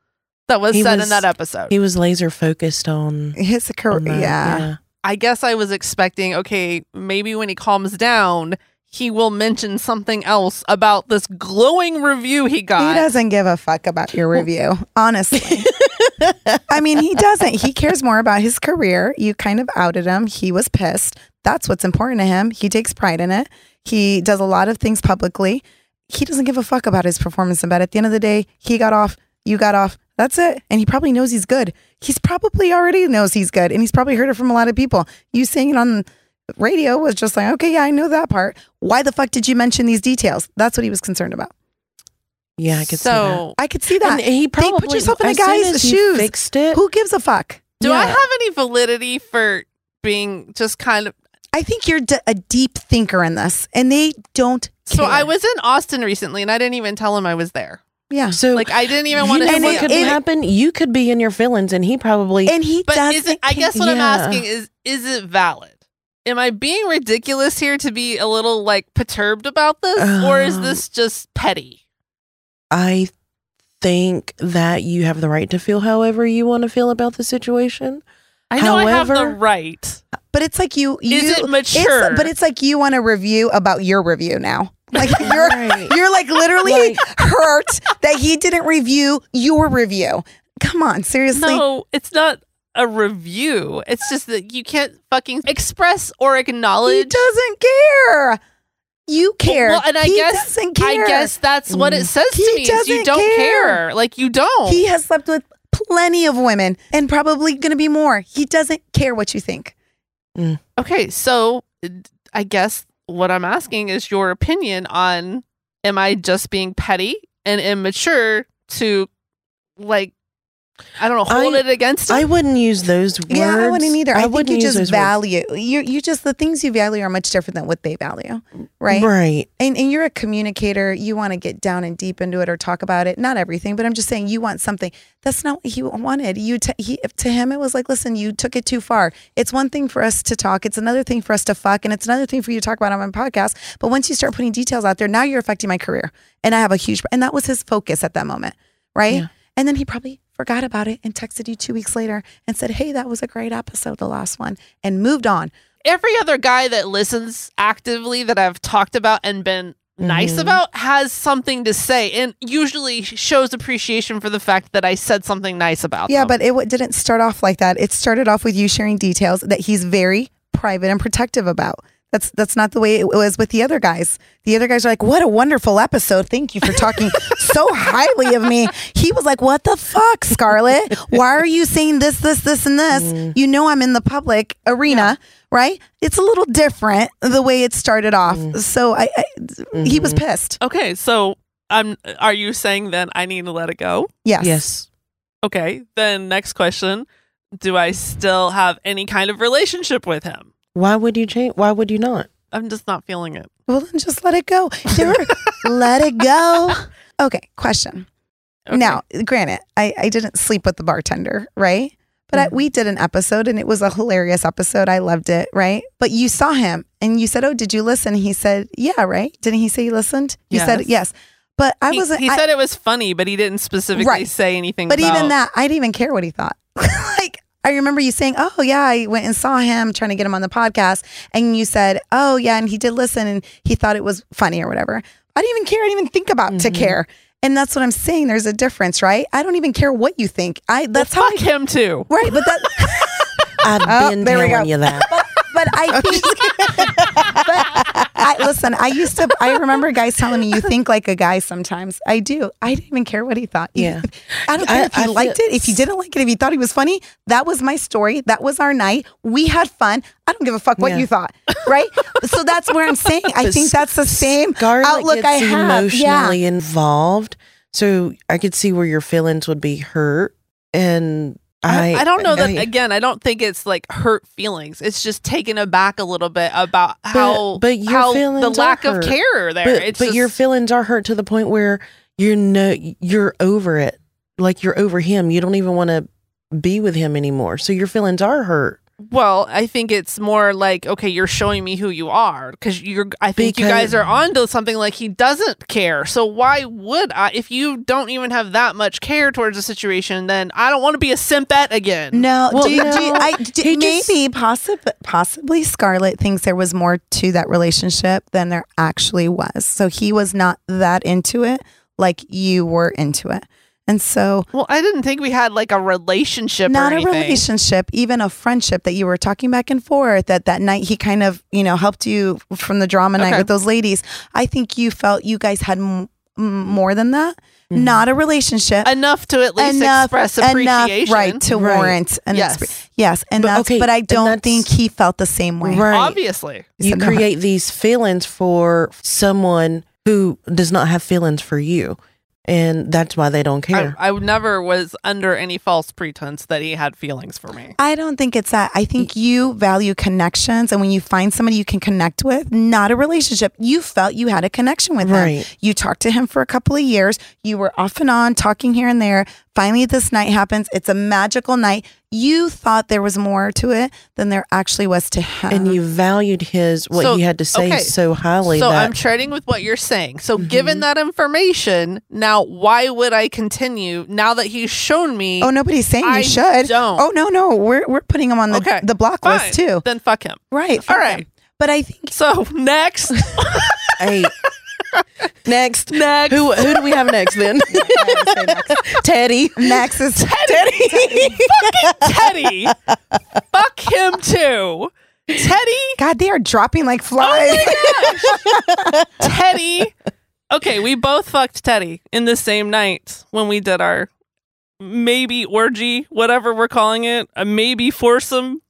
[SPEAKER 2] that was
[SPEAKER 5] He
[SPEAKER 2] said in
[SPEAKER 5] was-
[SPEAKER 2] that episode.
[SPEAKER 5] He was laser focused
[SPEAKER 4] *laughs*
[SPEAKER 5] on.
[SPEAKER 4] His career,
[SPEAKER 5] on that.
[SPEAKER 4] yeah.
[SPEAKER 2] I guess I was expecting, okay, maybe when he calms down, he will mention something else about this glowing review he
[SPEAKER 4] He
[SPEAKER 2] got.
[SPEAKER 4] doesn't give a fuck about your review, honestly. I mean, he doesn't. He cares more about his career. You kind of outed him. He was pissed. That's what's important to him. He takes pride in it. He does a lot of things publicly. He doesn't give a fuck about his performance in bed. At the end of the day, he got off. You got off. That's it. And he probably knows he's good. He's probably already knows he's good. And he's probably heard it from a lot of people. You saying it on radio was just like, okay, yeah, I know that part. Why the fuck did you mention these details? That's what he was concerned about.
[SPEAKER 5] Yeah, I could see that.
[SPEAKER 2] so,
[SPEAKER 4] I could see that.
[SPEAKER 5] And he probably
[SPEAKER 4] put yourself in a
[SPEAKER 5] as soon
[SPEAKER 4] guy's
[SPEAKER 5] as he
[SPEAKER 4] shoes.
[SPEAKER 5] Fixed it.
[SPEAKER 4] Who gives a fuck?
[SPEAKER 2] do I
[SPEAKER 5] Yeah.
[SPEAKER 2] have any validity for being just kind of?
[SPEAKER 4] I think you're d- a deep thinker in this, and they don't.
[SPEAKER 2] So
[SPEAKER 4] care.
[SPEAKER 2] I was in Austin recently, and I didn't even tell him I was there.
[SPEAKER 4] yeah.
[SPEAKER 5] So
[SPEAKER 2] Like I didn't even
[SPEAKER 5] you
[SPEAKER 2] want
[SPEAKER 5] know
[SPEAKER 2] to.
[SPEAKER 4] And
[SPEAKER 5] what
[SPEAKER 4] it-
[SPEAKER 5] could
[SPEAKER 4] it-
[SPEAKER 5] happen? You could be in your feelings, and he probably.
[SPEAKER 4] And he
[SPEAKER 2] But
[SPEAKER 4] doesn't.
[SPEAKER 2] is it, I guess what I'm
[SPEAKER 5] yeah.
[SPEAKER 2] asking is, is it valid? Am I being ridiculous here to be a little like perturbed about this, or is
[SPEAKER 5] Um,
[SPEAKER 2] this just petty?
[SPEAKER 5] I think that you have the right to feel however you want to feel about the situation.
[SPEAKER 2] I know I have the
[SPEAKER 5] however-
[SPEAKER 2] right.
[SPEAKER 4] but it's like you. you
[SPEAKER 2] Is it
[SPEAKER 4] it's-
[SPEAKER 2] mature?
[SPEAKER 4] but it's like you want a review about your
[SPEAKER 2] *laughs*
[SPEAKER 4] review now. Like you're
[SPEAKER 5] Right.
[SPEAKER 4] you're like literally
[SPEAKER 5] Like-
[SPEAKER 4] hurt that he didn't review your review. Come on, seriously.
[SPEAKER 2] No, it's not a review. It's just that you can't fucking express or
[SPEAKER 4] He
[SPEAKER 2] acknowledge.
[SPEAKER 4] doesn't care. You care.
[SPEAKER 2] Well, and I
[SPEAKER 4] he
[SPEAKER 2] guess-
[SPEAKER 4] doesn't care. Mm.
[SPEAKER 2] I guess that's what it says
[SPEAKER 4] He
[SPEAKER 2] to me. Is you
[SPEAKER 4] doesn't
[SPEAKER 2] don't care.
[SPEAKER 4] care.
[SPEAKER 2] Like you don't.
[SPEAKER 4] He has slept with plenty of women and probably going to be more. He doesn't care what you think.
[SPEAKER 2] okay, so d- I guess what I'm asking is your opinion on am I just being petty and immature to like I don't know, hold
[SPEAKER 5] I-
[SPEAKER 2] it against
[SPEAKER 5] I
[SPEAKER 2] him?
[SPEAKER 5] wouldn't use those words.
[SPEAKER 4] Yeah, I wouldn't either. I, think
[SPEAKER 5] wouldn't
[SPEAKER 4] you
[SPEAKER 5] use
[SPEAKER 4] just
[SPEAKER 5] those words.
[SPEAKER 4] value you. You just the things you value are much different than what they value, right?
[SPEAKER 5] Right.
[SPEAKER 4] And and you're a communicator. You want to get down and deep into it or talk about it. Not everything, but I'm just saying you want something. That's not what he wanted. You t- he to him it was like, listen, you took it too far. It's one thing for us to talk. It's another thing for us to fuck, and it's another thing for you to talk about on my podcast. But once you start putting details out there, now you're affecting my career, and I have a huge. And that was his focus at that moment, right?
[SPEAKER 5] Yeah.
[SPEAKER 4] And then he probably forgot about it and texted you two weeks later and said, hey, that was a great episode, the last one, and moved on.
[SPEAKER 2] Every other guy that listens actively that I've talked about and been nice
[SPEAKER 4] Mm-hmm.
[SPEAKER 5] Mhm.
[SPEAKER 2] about has something to say and usually shows appreciation for the fact that I said something nice about
[SPEAKER 4] Yeah,
[SPEAKER 2] them.
[SPEAKER 4] but it w- didn't start off like that. It started off with you sharing details that he's very private and protective about. That's that's not the way it was with the other guys. The other guys are like, "What a wonderful episode! Thank you for talking so highly of me." He was like, "What the fuck, Scarlett? Why are you saying this, this, this, and this?
[SPEAKER 5] Mm.
[SPEAKER 4] You know I'm in the public arena, right? It's a little different the way it started off." So I, I he was pissed.
[SPEAKER 2] Okay, so I'm. Are you saying then I need to let it go?
[SPEAKER 4] Yes.
[SPEAKER 5] Yes.
[SPEAKER 2] Okay. Then next question. Do I still have any kind of relationship with him?
[SPEAKER 5] Why would you change? Why would you not?
[SPEAKER 2] I'm just not feeling it.
[SPEAKER 4] Well, then just let it go. There- let
[SPEAKER 2] *laughs*
[SPEAKER 4] it go. Okay, question.
[SPEAKER 2] Okay.
[SPEAKER 4] Now, granted, I, I didn't sleep with the bartender, right? But
[SPEAKER 2] Mm.
[SPEAKER 4] I, we did an episode and it was a hilarious episode. I loved it, right? But you saw him and you said, Oh, did you listen? He said, Yeah, right? Didn't he say he listened? You said,
[SPEAKER 2] Yes.
[SPEAKER 4] Yes. But I
[SPEAKER 2] he,
[SPEAKER 4] wasn't.
[SPEAKER 2] he
[SPEAKER 4] I-
[SPEAKER 2] said it was funny, but he didn't specifically
[SPEAKER 4] Right.
[SPEAKER 2] say anything.
[SPEAKER 4] But
[SPEAKER 2] about-
[SPEAKER 4] even that, I didn't even care what he thought. *laughs* like, I remember you saying, Oh, yeah, I went and saw him trying to get him on the podcast. And you said, Oh, yeah. And he did listen and he thought it was funny or whatever. I didn't even care. I didn't even think about
[SPEAKER 2] Mm-hmm.
[SPEAKER 4] to care. And that's what I'm saying. There's a difference, right? I don't even care what you think. I that's
[SPEAKER 2] Well,
[SPEAKER 4] how
[SPEAKER 2] fuck
[SPEAKER 4] I,
[SPEAKER 2] him too.
[SPEAKER 4] right. But
[SPEAKER 2] *laughs*
[SPEAKER 4] that
[SPEAKER 5] I've
[SPEAKER 4] Oh,
[SPEAKER 5] been
[SPEAKER 4] there we
[SPEAKER 5] telling
[SPEAKER 4] go.
[SPEAKER 5] you
[SPEAKER 4] *laughs*
[SPEAKER 5] that.
[SPEAKER 4] but I think but I listen, I used to I remember guys telling me you think like a guy sometimes. I do. I didn't even care what he thought.
[SPEAKER 5] Yeah.
[SPEAKER 4] I don't
[SPEAKER 5] I-
[SPEAKER 4] care if he
[SPEAKER 5] I feel-
[SPEAKER 4] liked it, if he didn't like it, if he thought he was funny. That was my story. That was our night. We had fun. I don't give a fuck what
[SPEAKER 5] Yeah.
[SPEAKER 4] you thought, right? so that's where I'm saying. I
[SPEAKER 5] But
[SPEAKER 4] think that's the same
[SPEAKER 5] Scarlett
[SPEAKER 4] outlook
[SPEAKER 5] gets
[SPEAKER 4] I have. Yeah,
[SPEAKER 5] emotionally involved, so I could see where your feelings would be hurt. And I,
[SPEAKER 2] I, I don't know that
[SPEAKER 5] I-
[SPEAKER 2] again. I don't think it's like hurt feelings. It's just taken aback a little bit about how
[SPEAKER 5] but your
[SPEAKER 2] how
[SPEAKER 5] feelings
[SPEAKER 2] the
[SPEAKER 5] are
[SPEAKER 2] lack of
[SPEAKER 5] hurt.
[SPEAKER 2] care there.
[SPEAKER 5] but,
[SPEAKER 2] it's
[SPEAKER 5] but
[SPEAKER 2] just,
[SPEAKER 5] your feelings are hurt to the point where you're no, you're over it. Like you're over him. You don't even want to be with him anymore. So your feelings are hurt.
[SPEAKER 2] well, I think it's more like okay, you're showing me who you are because you're. I think you
[SPEAKER 5] Because-
[SPEAKER 2] guys are onto something. Like he doesn't care, so why would I? If you don't even have that much care towards the situation, then I don't want to be a simpet again.
[SPEAKER 4] No,
[SPEAKER 5] Well,
[SPEAKER 4] do, you- do you-
[SPEAKER 5] no,
[SPEAKER 4] I, do,
[SPEAKER 5] he
[SPEAKER 4] maybe
[SPEAKER 5] just-
[SPEAKER 4] possib- possibly Scarlett thinks there was more to that relationship than there actually was. So he was not that into it like you were into it. And so
[SPEAKER 2] Well, I didn't think we had like a relationship.
[SPEAKER 4] not
[SPEAKER 2] or
[SPEAKER 4] a
[SPEAKER 2] anything.
[SPEAKER 4] relationship, even a friendship that you were talking back and forth that that night he kind of, you know, helped you from the drama night
[SPEAKER 2] Okay.
[SPEAKER 4] with those ladies. I think you felt you guys had m- m- more than that.
[SPEAKER 5] Mm-hmm.
[SPEAKER 4] Not a relationship.
[SPEAKER 2] Enough to at least express appreciation.
[SPEAKER 4] Enough, right, to
[SPEAKER 5] Right.
[SPEAKER 4] warrant an
[SPEAKER 2] Yes.
[SPEAKER 4] expre- yes, and
[SPEAKER 5] But,
[SPEAKER 4] that's,
[SPEAKER 5] okay,
[SPEAKER 4] but I
[SPEAKER 5] and
[SPEAKER 4] don't
[SPEAKER 5] that's-
[SPEAKER 4] think he felt the same way.
[SPEAKER 2] Obviously.
[SPEAKER 5] you
[SPEAKER 4] Isn't that-
[SPEAKER 5] create these feelings for someone who does not have feelings for you and that's why they don't care
[SPEAKER 2] I, I would never was under any false pretense that he had feelings for me.
[SPEAKER 4] I don't think it's that. I think you value connections, and when you find somebody you can connect with, not a relationship, you felt you had a connection with him.
[SPEAKER 5] Right.
[SPEAKER 4] You talked to him for a couple of years. You were off and on talking here and there. Finally, this night happens. It's a magical night. You thought there was more to it than there actually was to him.
[SPEAKER 5] and you valued his what
[SPEAKER 2] So,
[SPEAKER 5] you had to say
[SPEAKER 2] okay.
[SPEAKER 5] so highly
[SPEAKER 2] So
[SPEAKER 5] that
[SPEAKER 2] I'm trading with what you're saying. So
[SPEAKER 4] Mm-hmm.
[SPEAKER 2] given that information, now why would I continue now that he's shown me
[SPEAKER 4] oh, nobody's saying
[SPEAKER 2] I
[SPEAKER 4] you should.
[SPEAKER 2] don't.
[SPEAKER 4] Oh no, no, we're we're putting him on the
[SPEAKER 2] Okay.
[SPEAKER 4] the block
[SPEAKER 2] fine,
[SPEAKER 4] list too.
[SPEAKER 2] Then fuck him.
[SPEAKER 4] Right.
[SPEAKER 2] All
[SPEAKER 4] fuck
[SPEAKER 2] right.
[SPEAKER 4] him. But I think
[SPEAKER 2] So *laughs* next *laughs*
[SPEAKER 5] hey next
[SPEAKER 2] next
[SPEAKER 5] who who do we have next
[SPEAKER 2] *laughs*
[SPEAKER 5] then *laughs* teddy
[SPEAKER 4] Max *laughs* is
[SPEAKER 5] teddy
[SPEAKER 2] Teddy. fuck him too. Teddy
[SPEAKER 4] *laughs* God, they are dropping like flies.
[SPEAKER 2] Teddy. Okay, we both fucked Teddy in the same night when we did our maybe orgy, whatever we're calling it, a maybe foursome.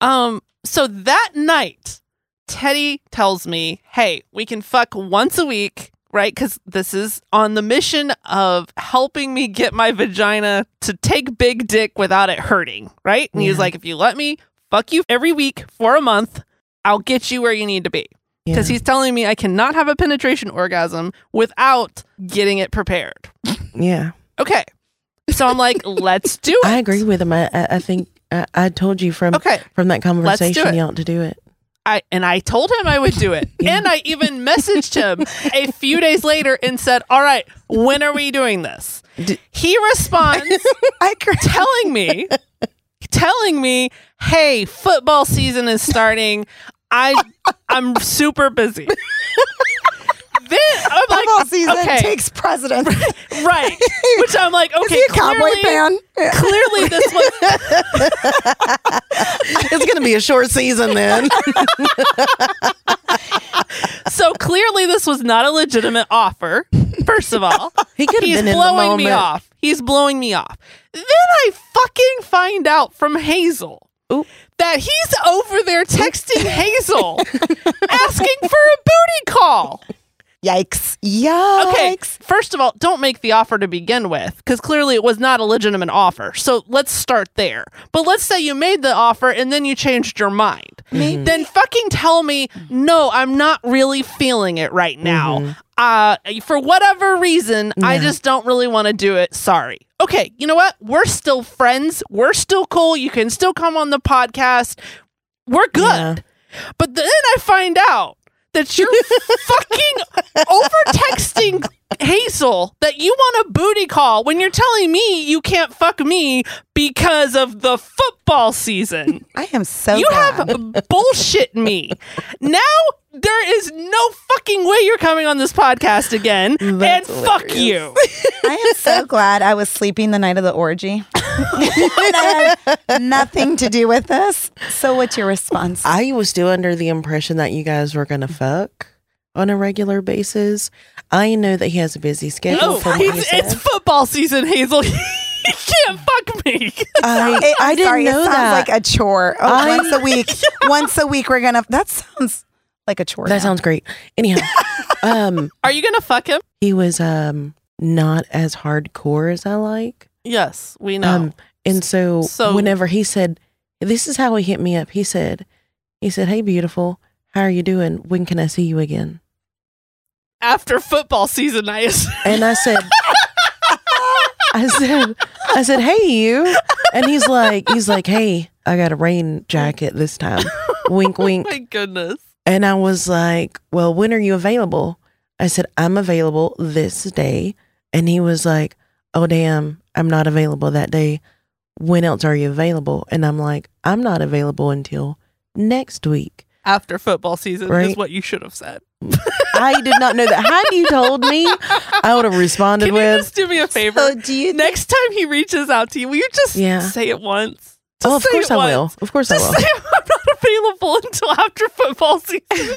[SPEAKER 2] Um, so that night, Teddy tells me, "Hey, we can fuck once a week, right? Because this is on the mission of helping me get my vagina to take big dick without it hurting, right?" And he's
[SPEAKER 5] Yeah.
[SPEAKER 2] like, "If you let me fuck you every week for a month, I'll get you where you need to be." because he's telling me I cannot have a penetration orgasm without getting it prepared.
[SPEAKER 5] yeah
[SPEAKER 2] Okay. So I'm
[SPEAKER 4] *laughs*
[SPEAKER 2] like, let's do it.
[SPEAKER 5] i agree with him i i, I think I, I told you from
[SPEAKER 2] Okay.
[SPEAKER 5] from that
[SPEAKER 2] it.
[SPEAKER 5] conversation you ought to do it
[SPEAKER 2] I and I told him I would do
[SPEAKER 4] *laughs*
[SPEAKER 2] it. And I even messaged him a few days later and said, "All right, when are we doing this?" He responds
[SPEAKER 4] *laughs* I cr-
[SPEAKER 2] telling me telling me, "Hey, football season is starting. I I'm super busy." Then I'm like,
[SPEAKER 4] football season
[SPEAKER 2] okay,
[SPEAKER 4] takes precedence. *laughs*
[SPEAKER 2] right. Which I'm like, okay,
[SPEAKER 4] Is he a cowboy
[SPEAKER 2] clearly-
[SPEAKER 4] fan?
[SPEAKER 2] clearly this was
[SPEAKER 5] *laughs* it's gonna be a short season then
[SPEAKER 2] so clearly this was not a legitimate offer first of all
[SPEAKER 5] *laughs* He could've
[SPEAKER 2] he's
[SPEAKER 5] been in the
[SPEAKER 2] blowing me
[SPEAKER 5] moment.
[SPEAKER 2] off he's blowing me off then i fucking find out from hazel
[SPEAKER 5] Oop.
[SPEAKER 2] that he's
[SPEAKER 5] *laughs*
[SPEAKER 2] over there texting hazel asking for a booty call
[SPEAKER 4] *laughs* Yikes. Yikes.
[SPEAKER 2] Okay, first of all, don't make the offer to begin with because clearly it was not a legitimate offer. So let's start there. But let's say you made the offer and then you changed your mind. Mm-hmm. Then fucking tell me, no, I'm not really feeling it right now. Uh, for whatever reason, I just don't really want to do it. Sorry. Okay, you know what? We're still friends. We're still cool. You can still come on the podcast. We're good.
[SPEAKER 5] Yeah.
[SPEAKER 2] But then I find out that *laughs* you're fucking over texting Hazel that you want a booty call when you're telling me you can't fuck me because of the football season.
[SPEAKER 4] I am so
[SPEAKER 2] you
[SPEAKER 4] glad.
[SPEAKER 2] have bullshit me. Now there is no fucking way you're coming on this podcast again. and fuck you.
[SPEAKER 4] I am so glad I was sleeping the night of the orgy. *laughs* I had nothing to do with this. So what's your response?
[SPEAKER 5] *laughs* I was still under the impression that you guys were gonna fuck on a regular basis. I know that he has a busy schedule.
[SPEAKER 2] Oh,
[SPEAKER 5] from what he
[SPEAKER 2] it's, it's
[SPEAKER 5] said.
[SPEAKER 2] football season, Hazel. *laughs* you can't fuck me.
[SPEAKER 5] I, I
[SPEAKER 4] I'm
[SPEAKER 5] didn't
[SPEAKER 4] sorry,
[SPEAKER 5] know
[SPEAKER 4] it sounds
[SPEAKER 5] that.
[SPEAKER 4] like a chore. Oh,
[SPEAKER 5] I-
[SPEAKER 4] once a week. Once a week we're gonna that sounds like a chore.
[SPEAKER 5] that
[SPEAKER 4] now.
[SPEAKER 5] sounds great. *laughs* Anyhow, um,
[SPEAKER 2] Are you gonna fuck him?
[SPEAKER 5] he was um not as hardcore as I like.
[SPEAKER 2] Yes, we know.
[SPEAKER 5] Um, and so,
[SPEAKER 2] So-
[SPEAKER 5] whenever he said, "This is how he hit me up," he said, "He said, hey, beautiful, how are you doing? When can I see you again?"
[SPEAKER 2] After football season, I *laughs* assume.
[SPEAKER 5] And I said, I said, I said, hey, you. And he's like, he's like, hey, I got a rain jacket
[SPEAKER 2] *laughs*
[SPEAKER 5] this time. Wink, wink.
[SPEAKER 2] Oh My goodness.
[SPEAKER 5] And I was like, well, when are you available? I said, I'm available this day. And he was like, oh, damn, I'm not available that day. When else are you available? And I'm like, I'm not available until next week.
[SPEAKER 2] After football season is
[SPEAKER 5] Right.
[SPEAKER 2] what you should have *laughs* said.
[SPEAKER 5] I did not know that. Had you told me, I would have
[SPEAKER 2] *laughs*
[SPEAKER 5] responded
[SPEAKER 2] Can you
[SPEAKER 5] with,
[SPEAKER 2] just do me a favor?
[SPEAKER 4] So do
[SPEAKER 2] *laughs*
[SPEAKER 4] you
[SPEAKER 2] Next time he reaches out to you, will you just
[SPEAKER 5] Yeah.
[SPEAKER 2] say it once?
[SPEAKER 5] oh, of
[SPEAKER 2] Just say
[SPEAKER 5] course
[SPEAKER 2] it
[SPEAKER 5] I
[SPEAKER 2] once.
[SPEAKER 5] will. Of course I
[SPEAKER 2] *laughs* Just
[SPEAKER 5] will.
[SPEAKER 2] say I'm not available until after football season.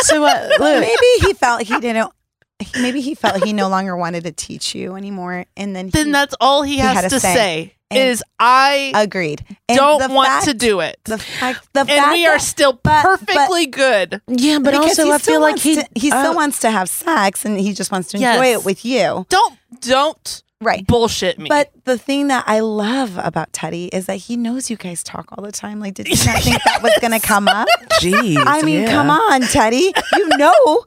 [SPEAKER 5] So uh, *laughs* look,
[SPEAKER 4] maybe
[SPEAKER 2] *laughs*
[SPEAKER 4] he felt he didn't he- maybe he felt he no longer wanted to teach you anymore and then he
[SPEAKER 2] then that's all he has
[SPEAKER 4] had a
[SPEAKER 2] to
[SPEAKER 4] say.
[SPEAKER 2] say
[SPEAKER 4] And-
[SPEAKER 2] is I
[SPEAKER 4] agreed. And
[SPEAKER 2] don't
[SPEAKER 4] the
[SPEAKER 2] want
[SPEAKER 4] fact-
[SPEAKER 2] to do it.
[SPEAKER 4] the fact the
[SPEAKER 2] and
[SPEAKER 4] fact
[SPEAKER 2] we are
[SPEAKER 4] that-
[SPEAKER 2] still
[SPEAKER 4] but- but-
[SPEAKER 2] perfectly good.
[SPEAKER 5] yeah, but
[SPEAKER 4] because
[SPEAKER 5] also
[SPEAKER 4] he
[SPEAKER 5] I
[SPEAKER 4] still
[SPEAKER 5] feel like
[SPEAKER 4] wants
[SPEAKER 5] he
[SPEAKER 4] to, he
[SPEAKER 5] uh,
[SPEAKER 4] still wants to have sex and he just wants to enjoy
[SPEAKER 2] Yes.
[SPEAKER 4] it with you.
[SPEAKER 2] Don't don't
[SPEAKER 4] Right.
[SPEAKER 2] bullshit me.
[SPEAKER 4] But the thing that I love about Teddy is that he knows you guys talk all the time. Like, did you not think that was
[SPEAKER 2] *laughs*
[SPEAKER 4] going to come up?
[SPEAKER 5] Jeez, *laughs*
[SPEAKER 4] I mean,
[SPEAKER 5] yeah.
[SPEAKER 4] come on, Teddy. You
[SPEAKER 2] *laughs*
[SPEAKER 4] know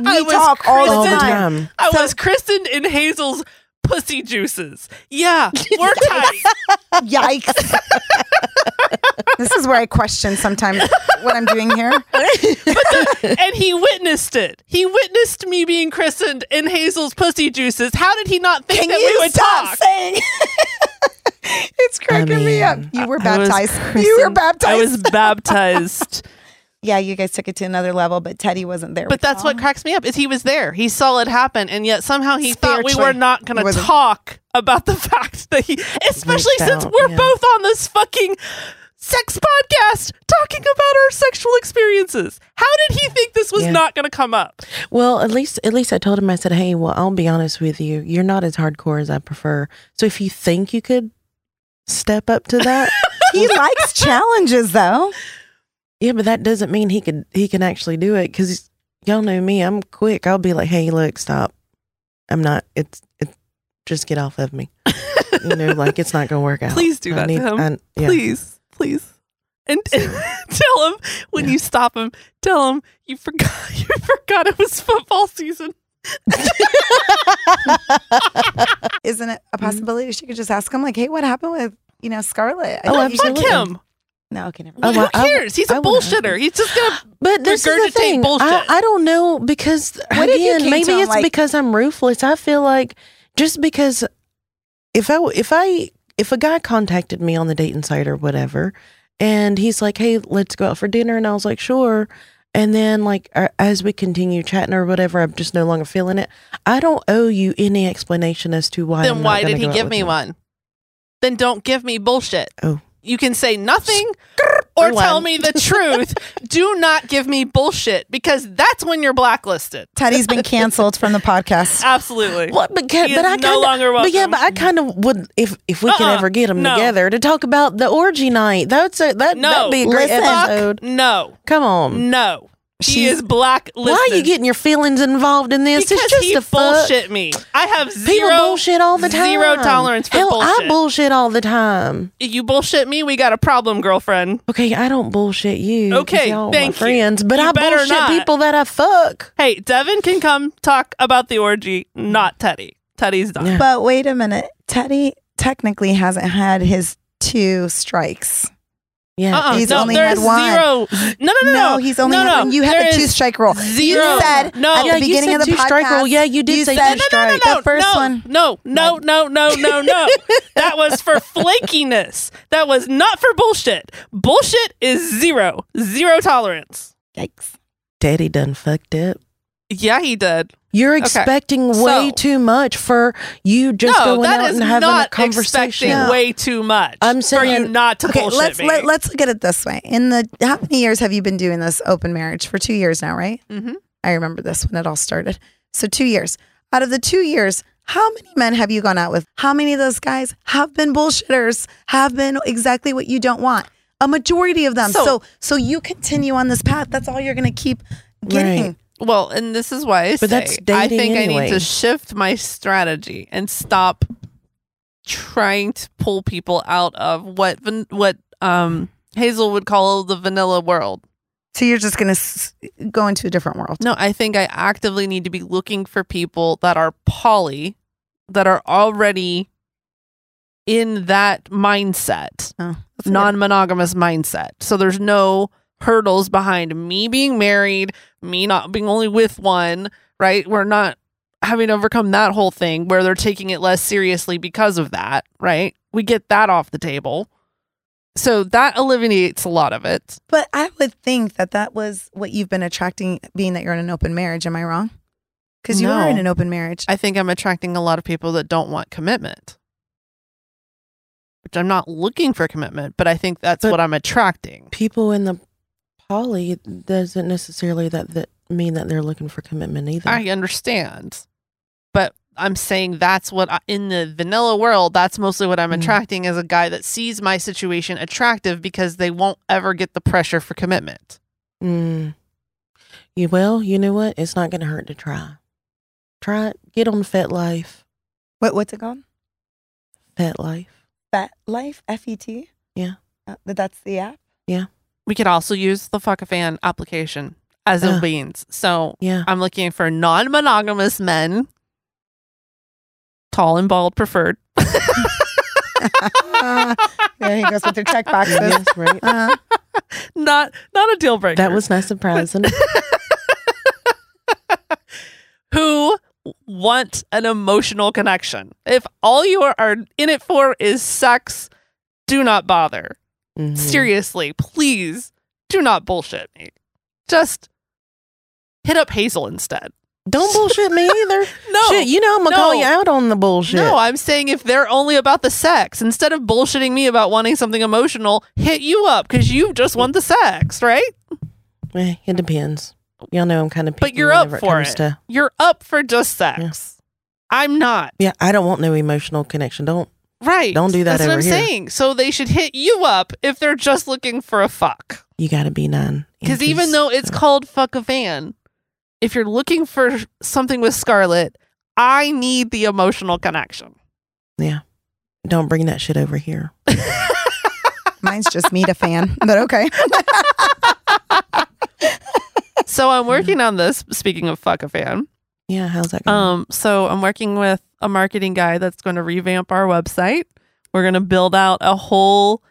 [SPEAKER 4] we
[SPEAKER 2] was
[SPEAKER 4] talk all the,
[SPEAKER 5] all the
[SPEAKER 4] time.
[SPEAKER 5] time.
[SPEAKER 2] I was christened in Hazel's pussy juices. Yeah, we're
[SPEAKER 4] *laughs*
[SPEAKER 2] tight.
[SPEAKER 4] Yikes. *laughs* this is where I question sometimes what I'm doing
[SPEAKER 2] *laughs*
[SPEAKER 4] here.
[SPEAKER 2] and he witnessed it. He witnessed me being christened in Hazel's pussy juices. How did he not think
[SPEAKER 4] Can
[SPEAKER 2] that
[SPEAKER 4] you
[SPEAKER 2] we would
[SPEAKER 4] stop
[SPEAKER 2] talk?
[SPEAKER 4] saying? *laughs* it's cracking me up.
[SPEAKER 5] mean,
[SPEAKER 4] You were
[SPEAKER 2] I was
[SPEAKER 4] baptized. You were
[SPEAKER 2] christened-
[SPEAKER 4] baptized. *laughs*
[SPEAKER 2] I was baptized.
[SPEAKER 4] yeah, you guys took it to another level, but Teddy wasn't there.
[SPEAKER 2] but that's what cracks me up is he was there. He saw it happen and yet somehow he thought we
[SPEAKER 4] Spiritually,
[SPEAKER 2] were not
[SPEAKER 4] he
[SPEAKER 2] going to
[SPEAKER 4] wasn't.
[SPEAKER 2] talk about the *laughs* fact that he especially
[SPEAKER 5] Reached
[SPEAKER 2] since
[SPEAKER 5] out,
[SPEAKER 2] we're
[SPEAKER 5] yeah.
[SPEAKER 2] both on this fucking sex podcast talking about our sexual experiences. How did he think this was
[SPEAKER 5] Yeah.
[SPEAKER 2] not going to come up?
[SPEAKER 5] Well, at least at least I told him I said, "Hey, well, I'll be honest with you. You're not as hardcore as I prefer. So if you think you could step up to *laughs* that,
[SPEAKER 2] *laughs*
[SPEAKER 4] he likes challenges, though.
[SPEAKER 5] yeah, but that doesn't mean he could he can actually do it cuz y'all know me. I'm quick. I'll be like, "Hey, look, stop. I'm not it's it's just get off of me." you know, like it's not going to work out.
[SPEAKER 2] Please do
[SPEAKER 5] I uh,
[SPEAKER 2] that to him.
[SPEAKER 5] yeah.
[SPEAKER 2] please, please, and, and *laughs* tell him when you stop him. Tell him you forgot. *laughs* You forgot it was football season.
[SPEAKER 4] isn't it
[SPEAKER 2] Mm-hmm.
[SPEAKER 4] a possibility she could just ask him like hey what happened with you know scarlett I
[SPEAKER 5] Oh,
[SPEAKER 4] thought you
[SPEAKER 2] Fuck
[SPEAKER 5] absolutely.
[SPEAKER 4] could-
[SPEAKER 2] him.
[SPEAKER 4] no okay never
[SPEAKER 5] Oh,
[SPEAKER 4] mind.
[SPEAKER 5] well,
[SPEAKER 2] Who
[SPEAKER 5] I-
[SPEAKER 2] cares? He's a
[SPEAKER 5] I wouldn't ask
[SPEAKER 2] bullshitter. He's just gonna.
[SPEAKER 5] But this is the
[SPEAKER 2] Regurgitate
[SPEAKER 5] thing.
[SPEAKER 2] bullshit.
[SPEAKER 5] I, I don't know because
[SPEAKER 4] What if you
[SPEAKER 5] again,
[SPEAKER 4] came to
[SPEAKER 5] maybe
[SPEAKER 4] him,
[SPEAKER 5] it's
[SPEAKER 4] like-
[SPEAKER 5] because I'm ruthless. I feel like just because if I if I if a guy contacted me on the dating site or whatever, and he's like, "Hey, let's go out for dinner," and I was like, "Sure," and then like a- as we continue chatting or whatever, I'm just no longer feeling it. I don't owe you any explanation as to why.
[SPEAKER 2] Then
[SPEAKER 5] I'm
[SPEAKER 2] why
[SPEAKER 5] not
[SPEAKER 2] did
[SPEAKER 5] gonna
[SPEAKER 2] he
[SPEAKER 5] go out
[SPEAKER 2] give
[SPEAKER 5] with
[SPEAKER 2] me
[SPEAKER 5] him.
[SPEAKER 2] one? Then don't give me bullshit.
[SPEAKER 5] Oh.
[SPEAKER 2] You can say nothing or
[SPEAKER 5] Rewind.
[SPEAKER 2] tell me
[SPEAKER 5] *laughs*
[SPEAKER 2] the truth. Do not give me bullshit because that's when you're blacklisted.
[SPEAKER 4] *laughs* teddy's been canceled from
[SPEAKER 2] *laughs*
[SPEAKER 4] the podcast
[SPEAKER 2] Absolutely.
[SPEAKER 5] What? But, ca-
[SPEAKER 2] He
[SPEAKER 5] but
[SPEAKER 2] is
[SPEAKER 5] I
[SPEAKER 2] no
[SPEAKER 5] kind of,
[SPEAKER 2] longer
[SPEAKER 5] but yeah,
[SPEAKER 2] welcome.
[SPEAKER 5] but I kind of would if if we could
[SPEAKER 2] Uh-uh.
[SPEAKER 5] ever get them
[SPEAKER 2] No.
[SPEAKER 5] together to talk about the orgy night. That's a, that
[SPEAKER 2] No.
[SPEAKER 5] that'd be a great
[SPEAKER 4] Listen.
[SPEAKER 5] episode.
[SPEAKER 2] No.
[SPEAKER 5] Come on,
[SPEAKER 2] No. She is black. Listen,
[SPEAKER 5] Why are you getting your feelings involved in this?
[SPEAKER 2] because
[SPEAKER 5] it's just
[SPEAKER 2] he
[SPEAKER 5] a fuck.
[SPEAKER 2] bullshit me. I have
[SPEAKER 5] People
[SPEAKER 2] zero
[SPEAKER 5] bullshit all the time.
[SPEAKER 2] Zero tolerance for
[SPEAKER 5] Hell,
[SPEAKER 2] bullshit.
[SPEAKER 5] I bullshit all the time.
[SPEAKER 2] you bullshit me. We got a problem, girlfriend.
[SPEAKER 5] Okay, I don't bullshit you. 'cause
[SPEAKER 2] Okay,
[SPEAKER 5] y'all are
[SPEAKER 2] thank
[SPEAKER 5] my
[SPEAKER 2] you.
[SPEAKER 5] friends, but
[SPEAKER 2] You
[SPEAKER 5] I
[SPEAKER 2] better
[SPEAKER 5] bullshit
[SPEAKER 2] not.
[SPEAKER 5] people that I fuck.
[SPEAKER 2] Hey, Devin can come talk about the orgy, not Teddy. Teddy's done.
[SPEAKER 4] But wait a minute. Teddy technically hasn't had his two strikes.
[SPEAKER 5] Yeah,
[SPEAKER 2] Uh-uh,
[SPEAKER 4] He's
[SPEAKER 2] no,
[SPEAKER 4] only
[SPEAKER 2] there's
[SPEAKER 4] had one.
[SPEAKER 2] zero. No, no, no, no.
[SPEAKER 4] he's only
[SPEAKER 2] no,
[SPEAKER 4] had
[SPEAKER 2] no.
[SPEAKER 4] one. You had
[SPEAKER 2] There
[SPEAKER 4] the two
[SPEAKER 2] is
[SPEAKER 4] strike rule.
[SPEAKER 2] zero.
[SPEAKER 4] You said
[SPEAKER 2] No.
[SPEAKER 4] at the
[SPEAKER 2] Yeah, you
[SPEAKER 4] beginning
[SPEAKER 5] said
[SPEAKER 4] of the
[SPEAKER 5] two-strike
[SPEAKER 4] podcast,
[SPEAKER 5] rule. Yeah, you did
[SPEAKER 4] you
[SPEAKER 5] say
[SPEAKER 4] said,
[SPEAKER 5] two-strike.
[SPEAKER 2] No, no, no,
[SPEAKER 4] The first
[SPEAKER 2] no,
[SPEAKER 4] one.
[SPEAKER 2] No, no, no, no, no,
[SPEAKER 4] *laughs*
[SPEAKER 2] no. that was for flakiness. That was not for bullshit. Bullshit is zero, zero tolerance.
[SPEAKER 4] Yikes.
[SPEAKER 5] daddy done fucked up.
[SPEAKER 2] Yeah, he did.
[SPEAKER 5] You're expecting way
[SPEAKER 2] so-
[SPEAKER 5] too much for you just
[SPEAKER 2] no,
[SPEAKER 5] going
[SPEAKER 2] that
[SPEAKER 5] out
[SPEAKER 2] is
[SPEAKER 5] and having
[SPEAKER 2] not
[SPEAKER 5] a conversation.
[SPEAKER 2] expecting way too much.
[SPEAKER 5] I'm
[SPEAKER 2] for you
[SPEAKER 5] saying-
[SPEAKER 2] not to
[SPEAKER 4] Okay,
[SPEAKER 2] bullshit
[SPEAKER 4] let's
[SPEAKER 2] me.
[SPEAKER 4] let, let's look at it this way. In the how many years have you been doing this open marriage for 2 years now, right?
[SPEAKER 2] Mhm.
[SPEAKER 4] I remember this when it all started. So 2 years. Out of the 2 years, how many men have you gone out with? How many of those guys have been bullshitters? Have been exactly what you don't want? A majority of them.
[SPEAKER 2] So-
[SPEAKER 4] So so, you continue on this path. That's all you're going to keep getting.
[SPEAKER 5] Right.
[SPEAKER 2] Well, and this is why I say
[SPEAKER 5] that's
[SPEAKER 2] I
[SPEAKER 5] dating
[SPEAKER 2] think I
[SPEAKER 5] anyway.
[SPEAKER 2] need to shift my strategy and stop trying to pull people out of what van- what um Hazel would call the vanilla world.
[SPEAKER 4] So you're just going to s- go into a different world.
[SPEAKER 2] No, I think I actively need to be looking for people that are poly that are already in that mindset,
[SPEAKER 4] Oh, that's good.
[SPEAKER 2] non-monogamous mindset. So there's no hurdles behind me being married, me not being only with one, right? We're not having to overcome that whole thing where they're taking it less seriously because of that, right? We get that off the table. So that eliminates a lot of it.
[SPEAKER 4] But I would think that that was what you've been attracting, being that you're in an open marriage. Am I wrong? Because you
[SPEAKER 2] No.
[SPEAKER 4] are in an open marriage.
[SPEAKER 2] I think I'm attracting a lot of people that don't want commitment. Which I'm not looking for commitment, but I think that's
[SPEAKER 5] But-
[SPEAKER 2] what I'm attracting.
[SPEAKER 5] People in the poly doesn't necessarily that, that mean that they're looking for commitment either.
[SPEAKER 2] I understand. But I'm saying that's what I, in the vanilla world, that's mostly what I'm
[SPEAKER 5] Mm.
[SPEAKER 2] attracting is a guy that sees my situation attractive because they won't ever get the pressure for commitment.
[SPEAKER 5] Mm. You well, you know what? It's not going to hurt to try. Try it. Get on FetLife.
[SPEAKER 4] what what's it called?
[SPEAKER 5] FetLife.
[SPEAKER 4] Fat Life F E T.
[SPEAKER 5] Yeah.
[SPEAKER 4] Uh, but that's the app.
[SPEAKER 2] We could also use the fuck a fan application as a
[SPEAKER 5] Ugh.
[SPEAKER 2] means. So *laughs*
[SPEAKER 5] Yeah.
[SPEAKER 2] I'm looking for non monogamous men, tall and bald preferred.
[SPEAKER 4] Uh, *laughs* there he goes with your check *laughs* boxes.
[SPEAKER 5] Yes, right.
[SPEAKER 4] Uh,
[SPEAKER 2] not not a deal breaker.
[SPEAKER 5] That was not
[SPEAKER 2] *laughs*
[SPEAKER 5] surprising.
[SPEAKER 2] who want an emotional connection. If all you are, are in it for is sex, do not bother.
[SPEAKER 5] Mhm.
[SPEAKER 2] Seriously, please do not bullshit me. Just hit up Hazel instead.
[SPEAKER 5] Don't bullshit me either.
[SPEAKER 2] *laughs* No.
[SPEAKER 5] Shit, you know I'm going to call
[SPEAKER 2] No.
[SPEAKER 5] you out on the bullshit.
[SPEAKER 2] No, I'm saying if they're only about the sex, instead of bullshitting me about wanting something emotional, hit you up because you just want the sex, right?
[SPEAKER 5] Eh, it depends. Y'all know I'm kind of
[SPEAKER 2] But you're up for it.
[SPEAKER 5] To,
[SPEAKER 2] You're up for just sex. I'm not.
[SPEAKER 5] yeah, I don't want no emotional connection. Don't.
[SPEAKER 2] Right.
[SPEAKER 5] Don't do that
[SPEAKER 2] That's what
[SPEAKER 5] over
[SPEAKER 2] I'm
[SPEAKER 5] here.
[SPEAKER 2] saying. So they should hit you up if they're just looking for a fuck.
[SPEAKER 5] You got to be nine.
[SPEAKER 2] Because even
[SPEAKER 5] inches.
[SPEAKER 2] though it's called fuck a fan, if you're looking for something with Scarlet, I need the emotional
[SPEAKER 5] *laughs*
[SPEAKER 2] connection.
[SPEAKER 5] Don't bring that shit over here.
[SPEAKER 4] mine's just meet a fan, but okay.
[SPEAKER 2] So I'm working on this. Speaking of fuck a fan,
[SPEAKER 5] Yeah, how's that going?
[SPEAKER 2] um, so I'm working with a marketing guy that's going to revamp our website. We're going to build out a whole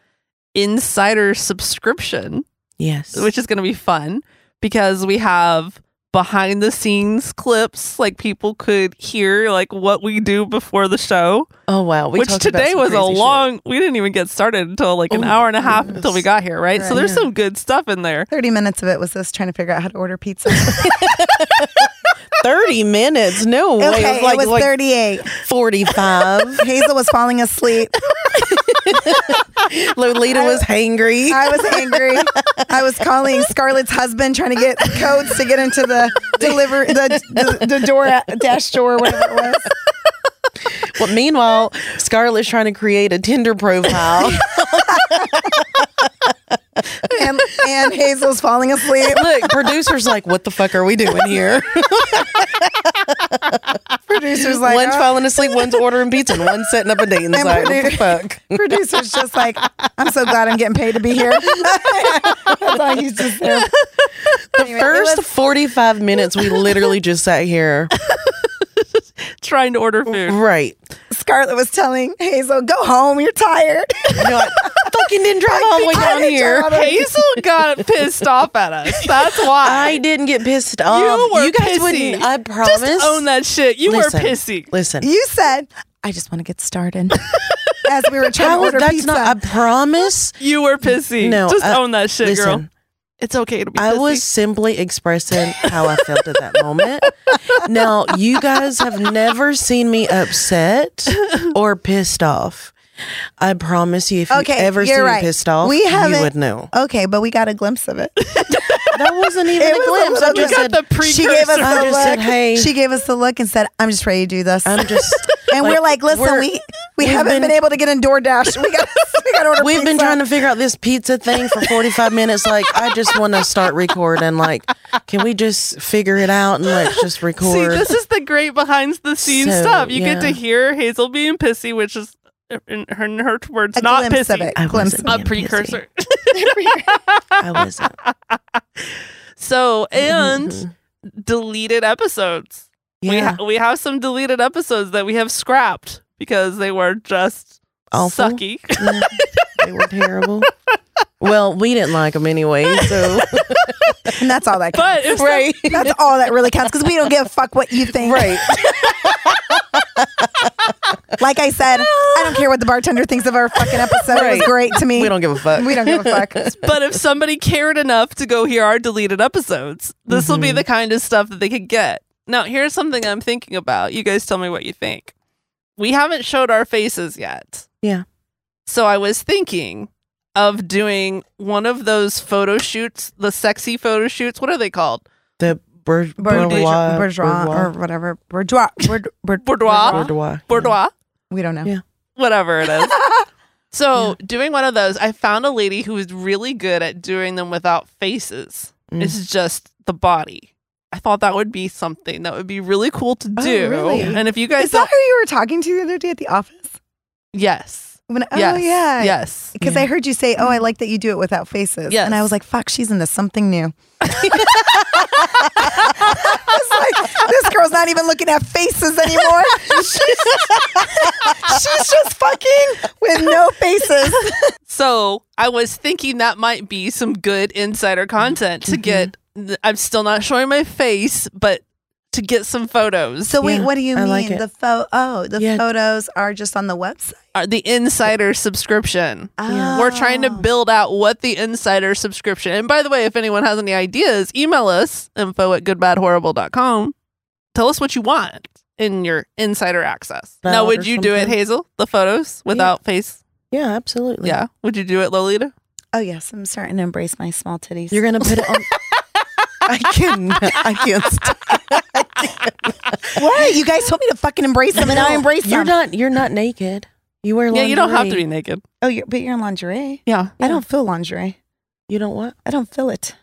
[SPEAKER 2] insider subscription
[SPEAKER 5] yes.
[SPEAKER 2] which is going to be fun because we have behind the scenes clips like people could hear like what we do before the show
[SPEAKER 5] oh, wow. We
[SPEAKER 2] which
[SPEAKER 5] talked about
[SPEAKER 2] today
[SPEAKER 5] some
[SPEAKER 2] was a
[SPEAKER 5] crazy shit. *laughs*
[SPEAKER 2] long we didn't even get started until like an
[SPEAKER 5] Oh,
[SPEAKER 2] hour and a half
[SPEAKER 5] goodness.
[SPEAKER 2] until we got here right so
[SPEAKER 4] Right.
[SPEAKER 2] there's
[SPEAKER 5] Yeah.
[SPEAKER 2] some good stuff in there
[SPEAKER 4] 30 minutes of it was this trying to figure out how to order *laughs* pizza.
[SPEAKER 5] 30 minutes. No way.
[SPEAKER 4] okay,
[SPEAKER 5] it was like,
[SPEAKER 4] it was
[SPEAKER 5] like
[SPEAKER 4] 38.
[SPEAKER 5] *laughs* 45.
[SPEAKER 4] *laughs* Hazel was falling asleep.
[SPEAKER 5] Lolita was hangry.
[SPEAKER 4] I was angry. I was calling Scarlett's husband, trying to get codes to get into the deliver the the, the door dash door, whatever it was.
[SPEAKER 5] Well, meanwhile, Scarlett's trying to create a Tinder profile.
[SPEAKER 4] and, and Hazel's falling asleep.
[SPEAKER 5] *laughs* Look, producer's like, what the fuck are we doing *laughs* here?
[SPEAKER 4] Producer's like,
[SPEAKER 5] one's
[SPEAKER 4] "Oh."
[SPEAKER 5] falling asleep, one's ordering pizza, uh, *laughs* and one's setting up a date inside. What the
[SPEAKER 4] produ-
[SPEAKER 5] fuck?
[SPEAKER 4] Producer's just like, I'm so glad I'm getting paid to be here. *laughs* That's all he's just there.
[SPEAKER 5] The
[SPEAKER 4] Anyway, it
[SPEAKER 5] first
[SPEAKER 4] was-
[SPEAKER 5] 45 minutes, we literally just sat here.
[SPEAKER 2] trying to order food.
[SPEAKER 5] *laughs* Right.
[SPEAKER 4] Scarlett was telling Hazel, go home. You're tired.
[SPEAKER 5] You know, I fucking didn't drive all the way down here.
[SPEAKER 2] Hazel
[SPEAKER 5] *laughs*
[SPEAKER 2] got pissed off at us. That's
[SPEAKER 5] I
[SPEAKER 2] why.
[SPEAKER 5] didn't get pissed off.
[SPEAKER 2] were
[SPEAKER 5] guys
[SPEAKER 2] pissy.
[SPEAKER 5] wouldn't. I promise.
[SPEAKER 2] Just own that shit. You
[SPEAKER 5] Listen,
[SPEAKER 2] were pissy.
[SPEAKER 5] Listen.
[SPEAKER 4] You said, I just want to get started. As we were trying
[SPEAKER 5] How
[SPEAKER 4] to
[SPEAKER 5] is-
[SPEAKER 4] order
[SPEAKER 5] that's
[SPEAKER 4] pizza.
[SPEAKER 5] not. I promise.
[SPEAKER 2] You were pissy.
[SPEAKER 5] No,
[SPEAKER 2] Just
[SPEAKER 5] I-
[SPEAKER 2] own that shit, girl.
[SPEAKER 5] Listen,
[SPEAKER 2] It's okay to be
[SPEAKER 5] I
[SPEAKER 2] pissy.
[SPEAKER 5] was simply expressing how I felt at that moment. Now, you guys have never seen me upset or pissed off. I promise you, if
[SPEAKER 4] Okay,
[SPEAKER 5] you ever
[SPEAKER 4] you're
[SPEAKER 5] see
[SPEAKER 4] right.
[SPEAKER 5] me pissed off,
[SPEAKER 4] We
[SPEAKER 5] you
[SPEAKER 4] haven't-
[SPEAKER 5] would know.
[SPEAKER 4] okay, but we got a glimpse of it.
[SPEAKER 5] That wasn't even
[SPEAKER 4] It
[SPEAKER 5] a
[SPEAKER 4] was a
[SPEAKER 5] glimpse. I
[SPEAKER 4] little
[SPEAKER 5] just
[SPEAKER 4] bit.
[SPEAKER 5] said,
[SPEAKER 2] the precursor.
[SPEAKER 4] She gave us
[SPEAKER 5] I
[SPEAKER 4] the
[SPEAKER 5] just
[SPEAKER 4] look.
[SPEAKER 5] said, "Hey."
[SPEAKER 4] She gave us the look and said, I'm just ready to do this. *laughs*
[SPEAKER 5] I'm just.
[SPEAKER 4] and we're like, listen,
[SPEAKER 5] we're-
[SPEAKER 4] we, we
[SPEAKER 5] we've
[SPEAKER 4] haven't
[SPEAKER 5] been-
[SPEAKER 4] been, able to get in DoorDash. We got, *laughs* we got to order
[SPEAKER 5] We've been
[SPEAKER 4] pizza.
[SPEAKER 5] trying to figure out this pizza thing for 45 minutes. Like, I just want to start recording. Like, can we just figure it out and let's just record?
[SPEAKER 2] See, this is the great behind the scenes
[SPEAKER 5] So,
[SPEAKER 2] stuff. You get to
[SPEAKER 5] yeah.
[SPEAKER 2] hear Hazel being pissy, which is in her, in her words,
[SPEAKER 4] a
[SPEAKER 2] not
[SPEAKER 4] glimpse of
[SPEAKER 2] pissy.
[SPEAKER 4] it.
[SPEAKER 5] I
[SPEAKER 4] glimpse
[SPEAKER 5] wasn't
[SPEAKER 4] of
[SPEAKER 2] A
[SPEAKER 5] being pissy.
[SPEAKER 2] precursor.
[SPEAKER 5] *laughs* I wasn't.
[SPEAKER 2] so and deleted episodes. We
[SPEAKER 5] Mm-hmm. Yeah.
[SPEAKER 2] ha- we have some deleted episodes that we have scrapped because they were just
[SPEAKER 5] Awful.
[SPEAKER 2] sucky.
[SPEAKER 5] Mm, they were terrible. Well, we didn't like them anyway, so *laughs*
[SPEAKER 4] it. And that's all that counts.
[SPEAKER 2] But if
[SPEAKER 5] right,
[SPEAKER 4] that's all that really counts because we don't give a fuck what you think.
[SPEAKER 5] right.
[SPEAKER 4] *laughs* Like I said, I don't care what the bartender thinks of our fucking episode. It
[SPEAKER 5] Right.
[SPEAKER 4] was great to me.
[SPEAKER 5] We don't give a fuck.
[SPEAKER 4] We don't give a fuck.
[SPEAKER 2] but if somebody cared enough to go hear our deleted episodes, this will be the kind of stuff that they could get. Now, here's something I'm thinking about. You guys tell me what you think. We haven't showed our faces yet.
[SPEAKER 5] Yeah.
[SPEAKER 2] So I was thinking of doing one of those photo shoots, the sexy photo shoots. What are they called?
[SPEAKER 5] The bourgeois,
[SPEAKER 4] Bourgeois,
[SPEAKER 5] bourgeois,
[SPEAKER 4] bourgeois or whatever. Bourgeois. Bour- bour-
[SPEAKER 2] Bourgeois.
[SPEAKER 5] bourgeois.
[SPEAKER 2] Boudoir,
[SPEAKER 4] We don't know.
[SPEAKER 5] Yeah.
[SPEAKER 2] whatever
[SPEAKER 4] *laughs*
[SPEAKER 2] it is. So, doing one of those, I found a lady who was really good at doing them without faces.
[SPEAKER 5] Mm.
[SPEAKER 2] It's just the body. I thought that would be something that would be really cool to do.
[SPEAKER 4] Oh, really?
[SPEAKER 2] And if you guys
[SPEAKER 4] Is that
[SPEAKER 2] don't,
[SPEAKER 4] who you were talking to the other day at the office?
[SPEAKER 2] yes,
[SPEAKER 4] When, oh,
[SPEAKER 2] yes,
[SPEAKER 4] yeah.
[SPEAKER 2] yes.
[SPEAKER 4] Because I heard you say, oh, I like that you do it without faces.
[SPEAKER 2] Yes.
[SPEAKER 4] And I was like, fuck, she's into something new. *laughs* I was like, this girl's not even looking at faces anymore. She's, she's just fucking with no faces.
[SPEAKER 2] So I was thinking that might be some good insider content to get.
[SPEAKER 4] Mm-hmm.
[SPEAKER 2] I'm still not showing my face, but to get some photos.
[SPEAKER 4] So wait,
[SPEAKER 5] Yeah,
[SPEAKER 4] what do you
[SPEAKER 5] I
[SPEAKER 4] mean?
[SPEAKER 5] like it.
[SPEAKER 4] the photo? Oh, the
[SPEAKER 5] Yeah.
[SPEAKER 4] photos are just on the website. Oh.
[SPEAKER 2] Uh, the insider subscription.
[SPEAKER 4] Yeah.
[SPEAKER 2] We're trying
[SPEAKER 5] Oh.
[SPEAKER 2] to build out what the insider subscription. And by the way, if anyone has any ideas, email us info at goodbadhorrible.com. Tell us what you want in your insider access.
[SPEAKER 5] Ballot
[SPEAKER 2] now,
[SPEAKER 5] or
[SPEAKER 2] would you do it,
[SPEAKER 5] something.
[SPEAKER 2] Hazel? The photos without face?
[SPEAKER 5] Yeah, absolutely.
[SPEAKER 2] Yeah. Would you do it, Lolita?
[SPEAKER 4] Oh yes, I'm starting to embrace my small titties.
[SPEAKER 5] You're gonna put it on. I can. I can't. Stop.
[SPEAKER 4] what? You guys told me to fucking embrace them, and I
[SPEAKER 5] *laughs*
[SPEAKER 4] embrace
[SPEAKER 5] You're
[SPEAKER 4] them.
[SPEAKER 5] not. You're not naked. You wear.
[SPEAKER 2] Yeah, you don't have to
[SPEAKER 5] lingerie.
[SPEAKER 2] be naked.
[SPEAKER 4] oh, you're, but you're in lingerie.
[SPEAKER 2] Yeah.
[SPEAKER 4] I don't feel lingerie.
[SPEAKER 5] You don't what?
[SPEAKER 4] I don't feel it.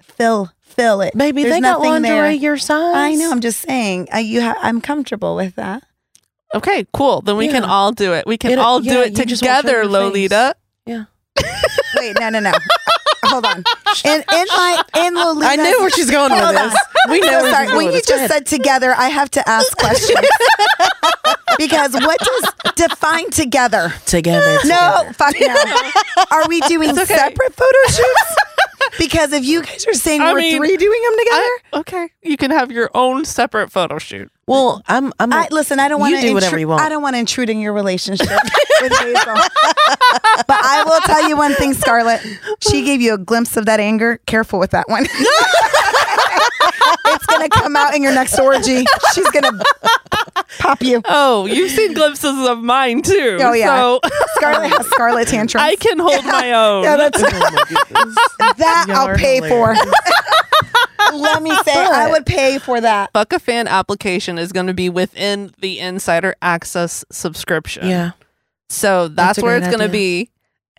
[SPEAKER 4] Feel, feel it,
[SPEAKER 5] Baby,
[SPEAKER 4] There's
[SPEAKER 5] they got
[SPEAKER 4] nothing
[SPEAKER 5] lingerie
[SPEAKER 4] there.
[SPEAKER 5] your size.
[SPEAKER 4] I know. I'm just saying. Uh, you, ha- I'm comfortable with that.
[SPEAKER 2] Okay, cool. Then we can
[SPEAKER 5] Yeah.
[SPEAKER 2] all do it. We can
[SPEAKER 5] It-
[SPEAKER 2] all
[SPEAKER 5] yeah,
[SPEAKER 2] do it
[SPEAKER 5] you just won't show
[SPEAKER 2] together,
[SPEAKER 5] your face.
[SPEAKER 2] Lolita.
[SPEAKER 5] Yeah.
[SPEAKER 4] Wait, no,
[SPEAKER 5] *laughs*
[SPEAKER 4] no, no. Hold on. In, in my in Lolita's,
[SPEAKER 5] I knew where she's going with
[SPEAKER 4] *laughs* Hold on.
[SPEAKER 5] this. We know.
[SPEAKER 4] I'm
[SPEAKER 5] where
[SPEAKER 4] sorry.
[SPEAKER 5] she's going
[SPEAKER 4] When you
[SPEAKER 5] with this. Go
[SPEAKER 4] just
[SPEAKER 5] ahead.
[SPEAKER 4] said together, I have to ask questions
[SPEAKER 5] *laughs*
[SPEAKER 4] because what does define together?
[SPEAKER 5] together,
[SPEAKER 4] No,
[SPEAKER 5] together.
[SPEAKER 4] fuck no. Are we doing
[SPEAKER 2] okay.
[SPEAKER 4] separate photo
[SPEAKER 5] *laughs*
[SPEAKER 4] shoots? Because if you guys are saying
[SPEAKER 2] I
[SPEAKER 4] we're
[SPEAKER 2] mean,
[SPEAKER 4] three doing them together,
[SPEAKER 2] I- okay. You can have your own separate photo shoot.
[SPEAKER 5] Well, I'm. I'm.
[SPEAKER 4] I, listen, I don't
[SPEAKER 5] You
[SPEAKER 4] want
[SPEAKER 5] do whatever you want.
[SPEAKER 4] I don't want to intrude in
[SPEAKER 5] *laughs*
[SPEAKER 4] your relationship with Hazel. But I will tell you one thing, Scarlett. She gave you a glimpse of that anger. Careful with
[SPEAKER 5] *laughs*
[SPEAKER 4] that one. it's gonna come out in your next orgy. She's gonna pop you.
[SPEAKER 2] Oh, you've
[SPEAKER 5] *laughs*
[SPEAKER 2] seen glimpses of mine too.
[SPEAKER 4] Oh, yeah.
[SPEAKER 2] So
[SPEAKER 4] Scarlett has Scarlett tantrums.
[SPEAKER 2] I can hold
[SPEAKER 5] *laughs*
[SPEAKER 2] my own.
[SPEAKER 4] yeah, *laughs* that's, that
[SPEAKER 5] Y'all
[SPEAKER 4] I'll
[SPEAKER 5] are
[SPEAKER 4] pay
[SPEAKER 5] hilarious.
[SPEAKER 4] for. Let me say, I would pay for that.
[SPEAKER 2] Fuck a fan application is going to be within the insider access subscription.
[SPEAKER 5] yeah.
[SPEAKER 2] So that's,
[SPEAKER 5] a
[SPEAKER 2] where
[SPEAKER 5] great
[SPEAKER 2] it's going to
[SPEAKER 5] idea.
[SPEAKER 2] be.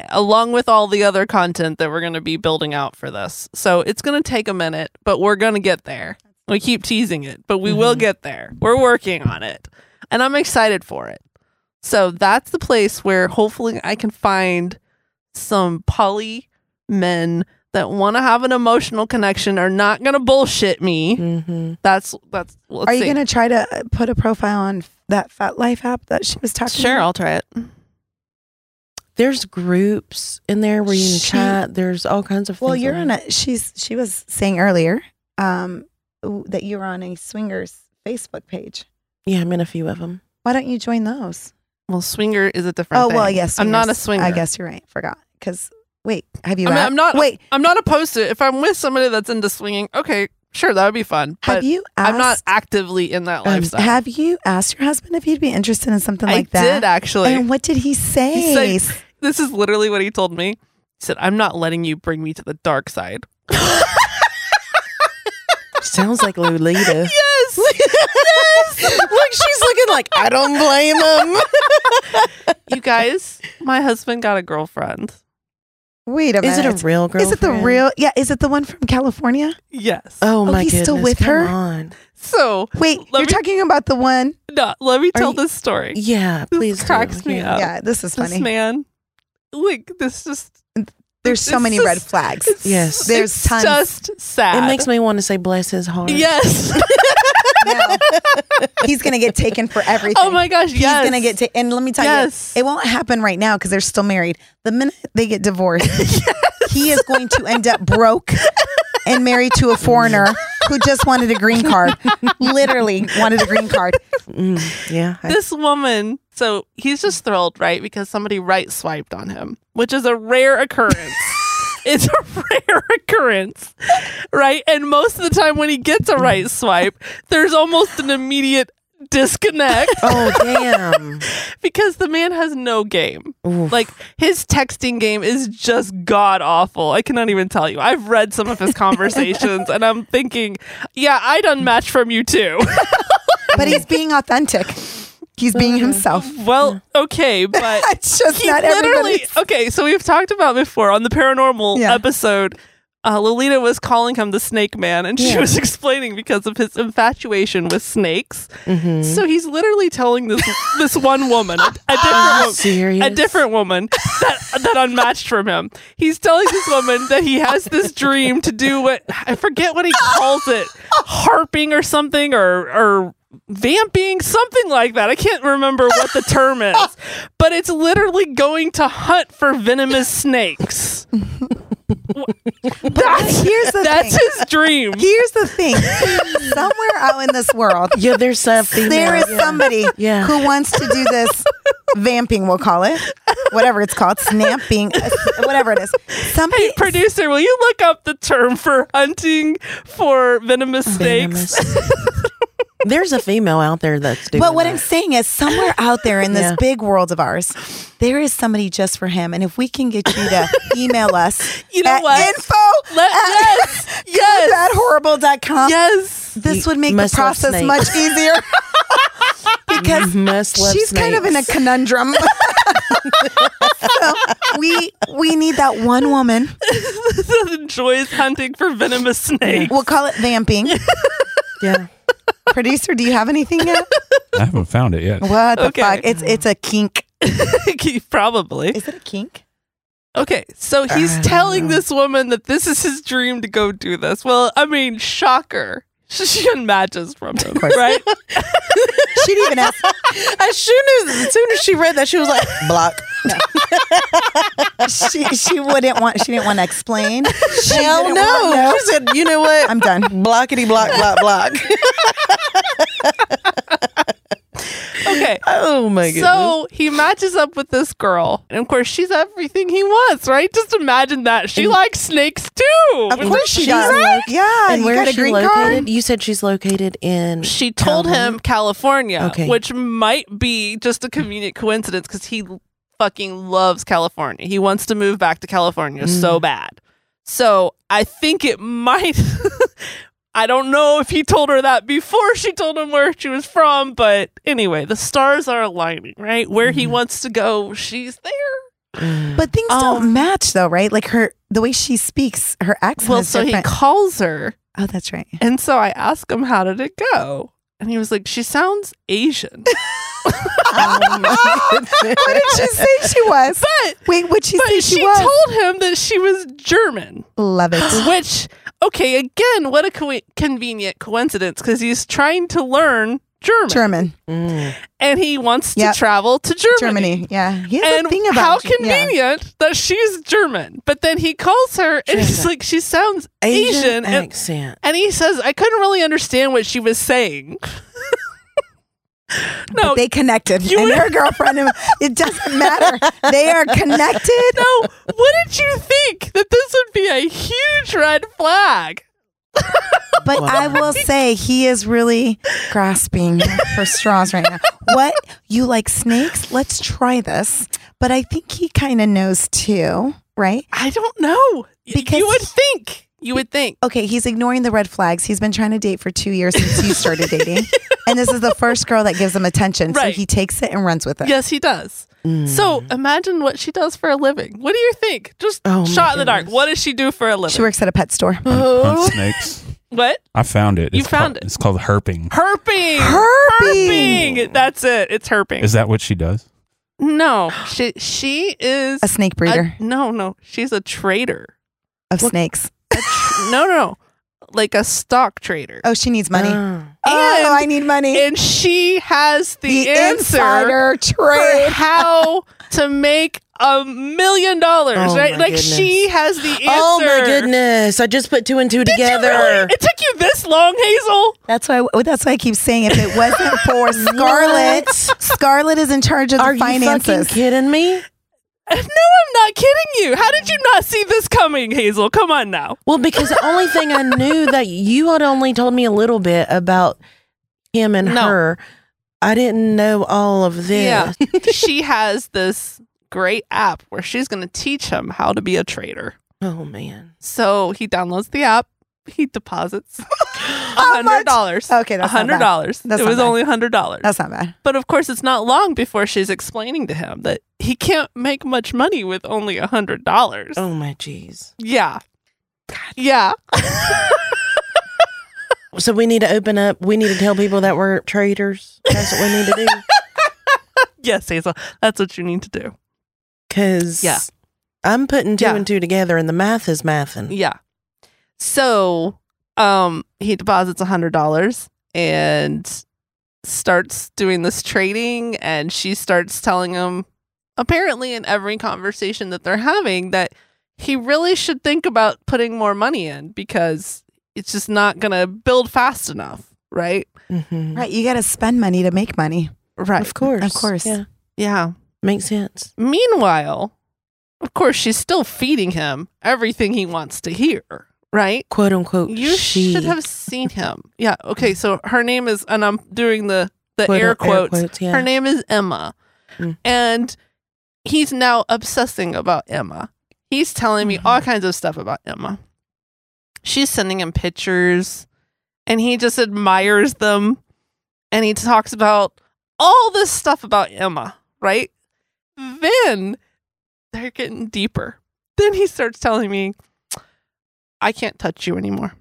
[SPEAKER 2] along with all the other content that we're going to be building out for this. So it's going to take a minute, but we're going to get there. We keep teasing it, but we
[SPEAKER 5] Mm-hmm.
[SPEAKER 2] will get there. We're working on it, and I'm excited for it. So that's the place where hopefully I can find some poly men that want to have an emotional connection are not going to bullshit me.
[SPEAKER 5] Mm-hmm.
[SPEAKER 2] That's that's. Let's
[SPEAKER 4] Are you
[SPEAKER 2] see.
[SPEAKER 4] going to try to uh, put a profile on f- that Fat Life app that she was talking
[SPEAKER 2] Sure,
[SPEAKER 4] about?
[SPEAKER 2] I'll try it.
[SPEAKER 5] There's groups in there where you can
[SPEAKER 4] She-
[SPEAKER 5] chat. There's all kinds of
[SPEAKER 4] Well,
[SPEAKER 5] things.
[SPEAKER 4] you're
[SPEAKER 5] on
[SPEAKER 4] on
[SPEAKER 5] it.
[SPEAKER 4] a she's she was saying earlier um w- that you were on a swingers Facebook page.
[SPEAKER 5] Yeah, I'm in a few of them.
[SPEAKER 4] Why don't you join those?
[SPEAKER 2] Well, swinger is a different.
[SPEAKER 4] oh well,
[SPEAKER 2] thing.
[SPEAKER 4] yes.
[SPEAKER 2] I'm not a
[SPEAKER 4] swingers.
[SPEAKER 2] swinger.
[SPEAKER 4] I guess you're right. Forgot because wait, have you?
[SPEAKER 2] I mean,
[SPEAKER 4] app-
[SPEAKER 2] I'm not-
[SPEAKER 4] Wait,
[SPEAKER 2] I'm not opposed to it. If I'm with somebody that's into swinging, okay, sure, that would be fun.
[SPEAKER 4] have
[SPEAKER 2] But
[SPEAKER 4] you? Asked,
[SPEAKER 2] I'm not actively in that
[SPEAKER 5] Um,
[SPEAKER 2] lifestyle.
[SPEAKER 4] Have you asked your husband if he'd be interested in something
[SPEAKER 2] I
[SPEAKER 4] like that?
[SPEAKER 2] did actually.
[SPEAKER 4] And what did he say?
[SPEAKER 2] He this is literally what he told me. He said, "I'm not letting you bring me to the dark side."
[SPEAKER 5] Sounds like *laughs* Lolita.
[SPEAKER 4] *laughs*
[SPEAKER 2] Yes.
[SPEAKER 5] Look, she's looking like I don't blame him.
[SPEAKER 2] you guys, my husband got a girlfriend.
[SPEAKER 4] Wait a
[SPEAKER 5] *laughs* Is
[SPEAKER 4] minute.
[SPEAKER 5] it a real girl?
[SPEAKER 4] Is it the real? Yeah, is it the one from California?
[SPEAKER 2] Yes.
[SPEAKER 5] Oh
[SPEAKER 4] Oh,
[SPEAKER 5] my
[SPEAKER 4] he's
[SPEAKER 5] goodness!
[SPEAKER 4] still with
[SPEAKER 5] come
[SPEAKER 4] her?
[SPEAKER 5] on.
[SPEAKER 2] So,
[SPEAKER 4] Wait,
[SPEAKER 2] Let
[SPEAKER 4] you're
[SPEAKER 2] me-
[SPEAKER 4] talking about the one.
[SPEAKER 2] no, let me
[SPEAKER 5] Are
[SPEAKER 2] tell
[SPEAKER 5] you-
[SPEAKER 2] this story.
[SPEAKER 5] Yeah,
[SPEAKER 2] This
[SPEAKER 5] please. do.
[SPEAKER 2] cracks me
[SPEAKER 5] Yeah.
[SPEAKER 2] up.
[SPEAKER 4] yeah, this is
[SPEAKER 2] Oh. This
[SPEAKER 4] funny.
[SPEAKER 2] man, like this, just
[SPEAKER 4] There's so
[SPEAKER 2] it's
[SPEAKER 4] many
[SPEAKER 2] just-
[SPEAKER 4] red flags.
[SPEAKER 2] it's-
[SPEAKER 5] Yes.
[SPEAKER 4] There's
[SPEAKER 2] it's
[SPEAKER 4] tons.
[SPEAKER 2] Just sad.
[SPEAKER 5] It makes me want to say bless his heart.
[SPEAKER 2] Yes.
[SPEAKER 4] *laughs*
[SPEAKER 2] *laughs*
[SPEAKER 4] No. *laughs* He's gonna get taken for everything.
[SPEAKER 2] oh my gosh.
[SPEAKER 4] He's
[SPEAKER 2] Yes.
[SPEAKER 4] gonna get taken. And let me tell
[SPEAKER 2] Yes.
[SPEAKER 4] you, it won't happen right now because they're still married. The minute they
[SPEAKER 2] *laughs*
[SPEAKER 4] get divorced, he is going to end up broke and married to a foreigner who just wanted a green card. Literally wanted a green card.
[SPEAKER 5] Mm, *laughs* yeah. I-
[SPEAKER 2] this woman. So he's just thrilled, right? Because somebody right swiped on him, which is a rare
[SPEAKER 4] *laughs*
[SPEAKER 2] occurrence. it's a rare occurrence, right? And most of the time, when he gets a right swipe, there's almost an immediate
[SPEAKER 4] *laughs*
[SPEAKER 2] disconnect
[SPEAKER 5] oh damn.
[SPEAKER 2] *laughs* because the man has no game.
[SPEAKER 5] Oof.
[SPEAKER 2] Like his texting game is just god awful. I cannot even tell you. I've read some of
[SPEAKER 4] *laughs*
[SPEAKER 2] his conversations and I'm thinking, yeah, I done match from you too.
[SPEAKER 4] But he's being authentic. He's being himself. *laughs*
[SPEAKER 2] well, okay, but
[SPEAKER 4] It's just
[SPEAKER 2] Mm-hmm. he
[SPEAKER 4] not
[SPEAKER 2] literally
[SPEAKER 4] everybody.
[SPEAKER 2] okay so we've talked about before on the paranormal
[SPEAKER 4] Yeah.
[SPEAKER 2] episode uh, lolita was calling him the snake man and she
[SPEAKER 5] Yeah.
[SPEAKER 2] was *laughs* explaining because of his infatuation with snakes
[SPEAKER 4] Mm-hmm.
[SPEAKER 2] so he's literally telling this this one woman a, a
[SPEAKER 4] Ah,
[SPEAKER 2] different
[SPEAKER 5] Are you
[SPEAKER 2] woman
[SPEAKER 5] serious?
[SPEAKER 2] a different woman *laughs* that, that unmatched from him. He's telling this woman that he has this dream to do what I forget what he calls it, harping or something or or vamping, something like that. I can't remember what the term is, but it's literally going to hunt for venomous snakes. that's
[SPEAKER 4] Here's the
[SPEAKER 2] that's
[SPEAKER 4] thing.
[SPEAKER 2] his dream.
[SPEAKER 4] Here's
[SPEAKER 2] *laughs*
[SPEAKER 4] the thing. Somewhere out in this world,
[SPEAKER 5] Yeah, there's something.
[SPEAKER 4] there is
[SPEAKER 5] yeah.
[SPEAKER 2] *laughs*
[SPEAKER 4] somebody
[SPEAKER 5] Yeah.
[SPEAKER 4] who wants to do this vamping, we'll call it, whatever it's called, snapping, uh, whatever it is. Somebody,
[SPEAKER 2] Hey, producer, will you look up the term for hunting for venomous snakes?
[SPEAKER 5] Venomous. there's a female out there that's doing.
[SPEAKER 4] but what
[SPEAKER 5] that.
[SPEAKER 4] I'm saying is, somewhere out there in this
[SPEAKER 5] Yeah.
[SPEAKER 4] big world of ours, there is somebody just for him. And if we can get you to email us
[SPEAKER 2] *laughs* You know
[SPEAKER 4] at
[SPEAKER 2] what?
[SPEAKER 4] *laughs* info
[SPEAKER 2] Let-
[SPEAKER 4] at
[SPEAKER 2] yes, yes,
[SPEAKER 4] badhorrible.com,
[SPEAKER 2] yes.
[SPEAKER 4] this
[SPEAKER 5] You
[SPEAKER 4] would make the
[SPEAKER 5] must love
[SPEAKER 4] process
[SPEAKER 5] snakes.
[SPEAKER 4] much
[SPEAKER 2] *laughs*
[SPEAKER 4] easier because
[SPEAKER 5] must love
[SPEAKER 4] she's kind of in
[SPEAKER 5] Mm-hmm.
[SPEAKER 4] a *laughs*
[SPEAKER 2] *laughs*
[SPEAKER 5] snakes.
[SPEAKER 4] conundrum. so we we need that one woman.
[SPEAKER 2] *laughs* that enjoys hunting for venomous
[SPEAKER 5] *laughs*
[SPEAKER 2] *laughs* snakes.
[SPEAKER 4] We'll call it vamping.
[SPEAKER 5] yeah.
[SPEAKER 4] Producer, do you have anything yet?
[SPEAKER 6] I haven't
[SPEAKER 2] *laughs*
[SPEAKER 6] found it yet.
[SPEAKER 4] What the
[SPEAKER 2] Okay.
[SPEAKER 4] fuck? It's it's a kink.
[SPEAKER 2] Probably.
[SPEAKER 4] Is it a kink?
[SPEAKER 2] Okay, so he's
[SPEAKER 5] I don't
[SPEAKER 2] telling
[SPEAKER 5] know.
[SPEAKER 2] this woman that this is his dream to go do this. Well, I mean, shocker. *laughs* She unmatches from him,
[SPEAKER 5] *laughs*
[SPEAKER 2] right?
[SPEAKER 4] She'd even ask.
[SPEAKER 5] As soon as, as soon as she read that, she was like, "Block."
[SPEAKER 4] She she wouldn't want. She didn't want to explain.
[SPEAKER 5] *laughs*
[SPEAKER 4] She
[SPEAKER 5] Hell
[SPEAKER 4] didn't
[SPEAKER 5] no.
[SPEAKER 4] want-
[SPEAKER 5] She said, "You know what?
[SPEAKER 4] I'm done.
[SPEAKER 5] blockity block block block."
[SPEAKER 2] Okay.
[SPEAKER 5] *laughs* oh my goodness.
[SPEAKER 2] So he matches up with this girl, and of course she's everything he wants, right? Just imagine that she likes snakes too.
[SPEAKER 4] Of course she
[SPEAKER 5] she's
[SPEAKER 4] does.
[SPEAKER 5] right.
[SPEAKER 4] Yeah.
[SPEAKER 5] and
[SPEAKER 4] you
[SPEAKER 5] where
[SPEAKER 4] got
[SPEAKER 5] is
[SPEAKER 4] a
[SPEAKER 5] she
[SPEAKER 4] green
[SPEAKER 5] located?
[SPEAKER 4] card?
[SPEAKER 5] You said she's located in.
[SPEAKER 2] She told him California,
[SPEAKER 5] Okay.
[SPEAKER 2] which might be just a convenient coincidence because he fucking loves California. He wants to move back to California so bad. So I think it might. *laughs* I don't know if he told her that before she told him where she was from, but anyway, the stars are aligning, right? Where he wants to go, she's there.
[SPEAKER 5] Mm.
[SPEAKER 4] *laughs* But things
[SPEAKER 2] Um,
[SPEAKER 4] don't match though, right? Like her the way she speaks, her accent
[SPEAKER 2] Well,
[SPEAKER 4] is
[SPEAKER 2] so
[SPEAKER 4] different.
[SPEAKER 2] he calls her.
[SPEAKER 4] oh, that's right.
[SPEAKER 2] And so I asked him, How did it go? And he was like, She sounds Asian.
[SPEAKER 5] Oh
[SPEAKER 4] what did she say she was?
[SPEAKER 2] But
[SPEAKER 4] Wait, what she
[SPEAKER 2] but
[SPEAKER 4] say
[SPEAKER 2] she,
[SPEAKER 4] she, was?
[SPEAKER 2] told him that she was
[SPEAKER 4] *gasps*
[SPEAKER 2] German,
[SPEAKER 4] Love
[SPEAKER 2] *gasps*
[SPEAKER 4] it.
[SPEAKER 2] which, okay, again, what a co- convenient coincidence because he's trying to learn German,
[SPEAKER 4] German,
[SPEAKER 5] Mm.
[SPEAKER 2] and he wants
[SPEAKER 4] Yep.
[SPEAKER 2] to travel to Germany.
[SPEAKER 4] Germany. Yeah, he has
[SPEAKER 2] And
[SPEAKER 4] a thing about
[SPEAKER 2] how
[SPEAKER 4] Ge- yeah.
[SPEAKER 2] convenient that she's German. But then he calls her and he's
[SPEAKER 5] German.
[SPEAKER 2] like, she sounds Asian.
[SPEAKER 5] Asian
[SPEAKER 2] and,
[SPEAKER 5] accent.
[SPEAKER 2] and he says, I couldn't really understand what she was
[SPEAKER 4] *laughs*
[SPEAKER 2] saying. no,
[SPEAKER 4] They connected,
[SPEAKER 2] You
[SPEAKER 4] and
[SPEAKER 2] would-
[SPEAKER 4] her girlfriend.
[SPEAKER 2] *laughs*
[SPEAKER 4] and- It doesn't matter. They are connected.
[SPEAKER 2] no, wouldn't you think that this would be a huge red flag?
[SPEAKER 4] But I will say he is really grasping for straws right now. What you like snakes? Let's try this. But I think he kind of knows too, right?
[SPEAKER 2] I don't know. Y-
[SPEAKER 4] Because
[SPEAKER 2] you would
[SPEAKER 4] he-
[SPEAKER 2] think. You would think.
[SPEAKER 4] Okay, he's ignoring the red flags. He's been trying to date for two years since
[SPEAKER 2] *laughs*
[SPEAKER 4] you started dating, and this is the first girl that gives him attention. So
[SPEAKER 2] Right.
[SPEAKER 4] he takes it and runs with it.
[SPEAKER 2] Yes, he does. So imagine what she does for a living. What do you think? Just
[SPEAKER 5] Mm. Oh, my
[SPEAKER 2] shot in the dark.
[SPEAKER 5] goodness.
[SPEAKER 2] What does she do for a living?
[SPEAKER 4] She works at a pet store.
[SPEAKER 6] Hunt snakes.
[SPEAKER 2] what?
[SPEAKER 6] I found it.
[SPEAKER 2] You
[SPEAKER 6] It's
[SPEAKER 2] found
[SPEAKER 6] called-
[SPEAKER 2] it.
[SPEAKER 6] It's called herping.
[SPEAKER 2] Herping.
[SPEAKER 4] Herping.
[SPEAKER 2] Herping. That's it. It's herping.
[SPEAKER 6] Is that what she does?
[SPEAKER 2] no, she she is
[SPEAKER 4] A snake breeder
[SPEAKER 2] a- no, no, she's a trader.
[SPEAKER 4] of snakes.
[SPEAKER 2] *laughs* no, no, no, like a stock trader.
[SPEAKER 4] Oh, she needs money.
[SPEAKER 5] Ah.
[SPEAKER 2] And-
[SPEAKER 4] oh, I need money.
[SPEAKER 2] And she has the,
[SPEAKER 4] the
[SPEAKER 2] answer
[SPEAKER 4] insider
[SPEAKER 2] for *laughs*
[SPEAKER 4] trade.
[SPEAKER 2] how to make a million dollars.
[SPEAKER 5] Oh,
[SPEAKER 2] Right?
[SPEAKER 5] my
[SPEAKER 2] Like
[SPEAKER 5] goodness.
[SPEAKER 2] she has the answer.
[SPEAKER 5] Oh my goodness! I just put two and two
[SPEAKER 2] Did you
[SPEAKER 5] together.
[SPEAKER 2] really? It took you this long, Hazel.
[SPEAKER 4] *laughs* That's why. well, That's why I keep saying if it wasn't *laughs* for Scarlett, Scarlett is in charge of the
[SPEAKER 5] Are you fucking
[SPEAKER 4] finances.
[SPEAKER 5] kidding me?
[SPEAKER 2] *laughs* No, I'm not kidding you. How did you not see this coming, Hazel? Come on now.
[SPEAKER 5] Well, because the only thing I knew that you had only told me a little bit about him and
[SPEAKER 2] No.
[SPEAKER 5] her. I didn't know all of this.
[SPEAKER 2] *laughs* Yeah. she has this great app where she's going to teach him how to be a trader.
[SPEAKER 5] Oh man.
[SPEAKER 2] So he downloads the app. He *laughs* deposits
[SPEAKER 4] much?
[SPEAKER 2] hundred dollars.
[SPEAKER 4] Okay,
[SPEAKER 2] A
[SPEAKER 4] that's not
[SPEAKER 2] hundred
[SPEAKER 4] bad.
[SPEAKER 2] dollars. It
[SPEAKER 4] That's not
[SPEAKER 2] was
[SPEAKER 4] bad.
[SPEAKER 2] only a hundred dollars.
[SPEAKER 4] That's not bad.
[SPEAKER 2] But of course, it's not long before she's explaining to him that he can't make much money with only a hundred dollars.
[SPEAKER 5] Oh my jeez.
[SPEAKER 2] Yeah, yeah.
[SPEAKER 5] So we need to open up. We need to tell people that we're traders. That's what we need
[SPEAKER 2] *laughs*
[SPEAKER 5] to do.
[SPEAKER 2] Yes, Hazel. That's what you need to do.
[SPEAKER 5] Because
[SPEAKER 2] Yeah.
[SPEAKER 5] I'm putting two
[SPEAKER 2] Yeah.
[SPEAKER 5] and two together, and the math is mathing.
[SPEAKER 2] Yeah. So, um, he deposits a hundred dollars and starts doing this trading, and she starts telling him, apparently in every conversation that they're having, that he really should think about putting more money in because it's just not gonna build fast enough, right?
[SPEAKER 5] Mhm.
[SPEAKER 4] Right, you got to spend money to make money.
[SPEAKER 2] Right.
[SPEAKER 5] Of course.
[SPEAKER 4] Of course.
[SPEAKER 5] Yeah.
[SPEAKER 2] Yeah.
[SPEAKER 5] Makes sense.
[SPEAKER 2] Meanwhile, of course, she's still feeding him everything he wants to hear, right?
[SPEAKER 5] Quote unquote.
[SPEAKER 2] You
[SPEAKER 5] she.
[SPEAKER 2] should have seen him. Yeah. Okay. So her name is, and I'm doing the the
[SPEAKER 5] Quote,
[SPEAKER 2] air
[SPEAKER 5] air
[SPEAKER 2] quotes.
[SPEAKER 5] quotes, yeah.
[SPEAKER 2] Her name is Emma,
[SPEAKER 5] Mm.
[SPEAKER 2] and he's now obsessing about Emma. He's telling me
[SPEAKER 5] Mm-hmm.
[SPEAKER 2] all kinds of stuff about Emma. She's sending him pictures, and he just admires them, and he talks about all this stuff about Emma. Right then, they're getting deeper. Then he starts telling me, "I can't touch you anymore."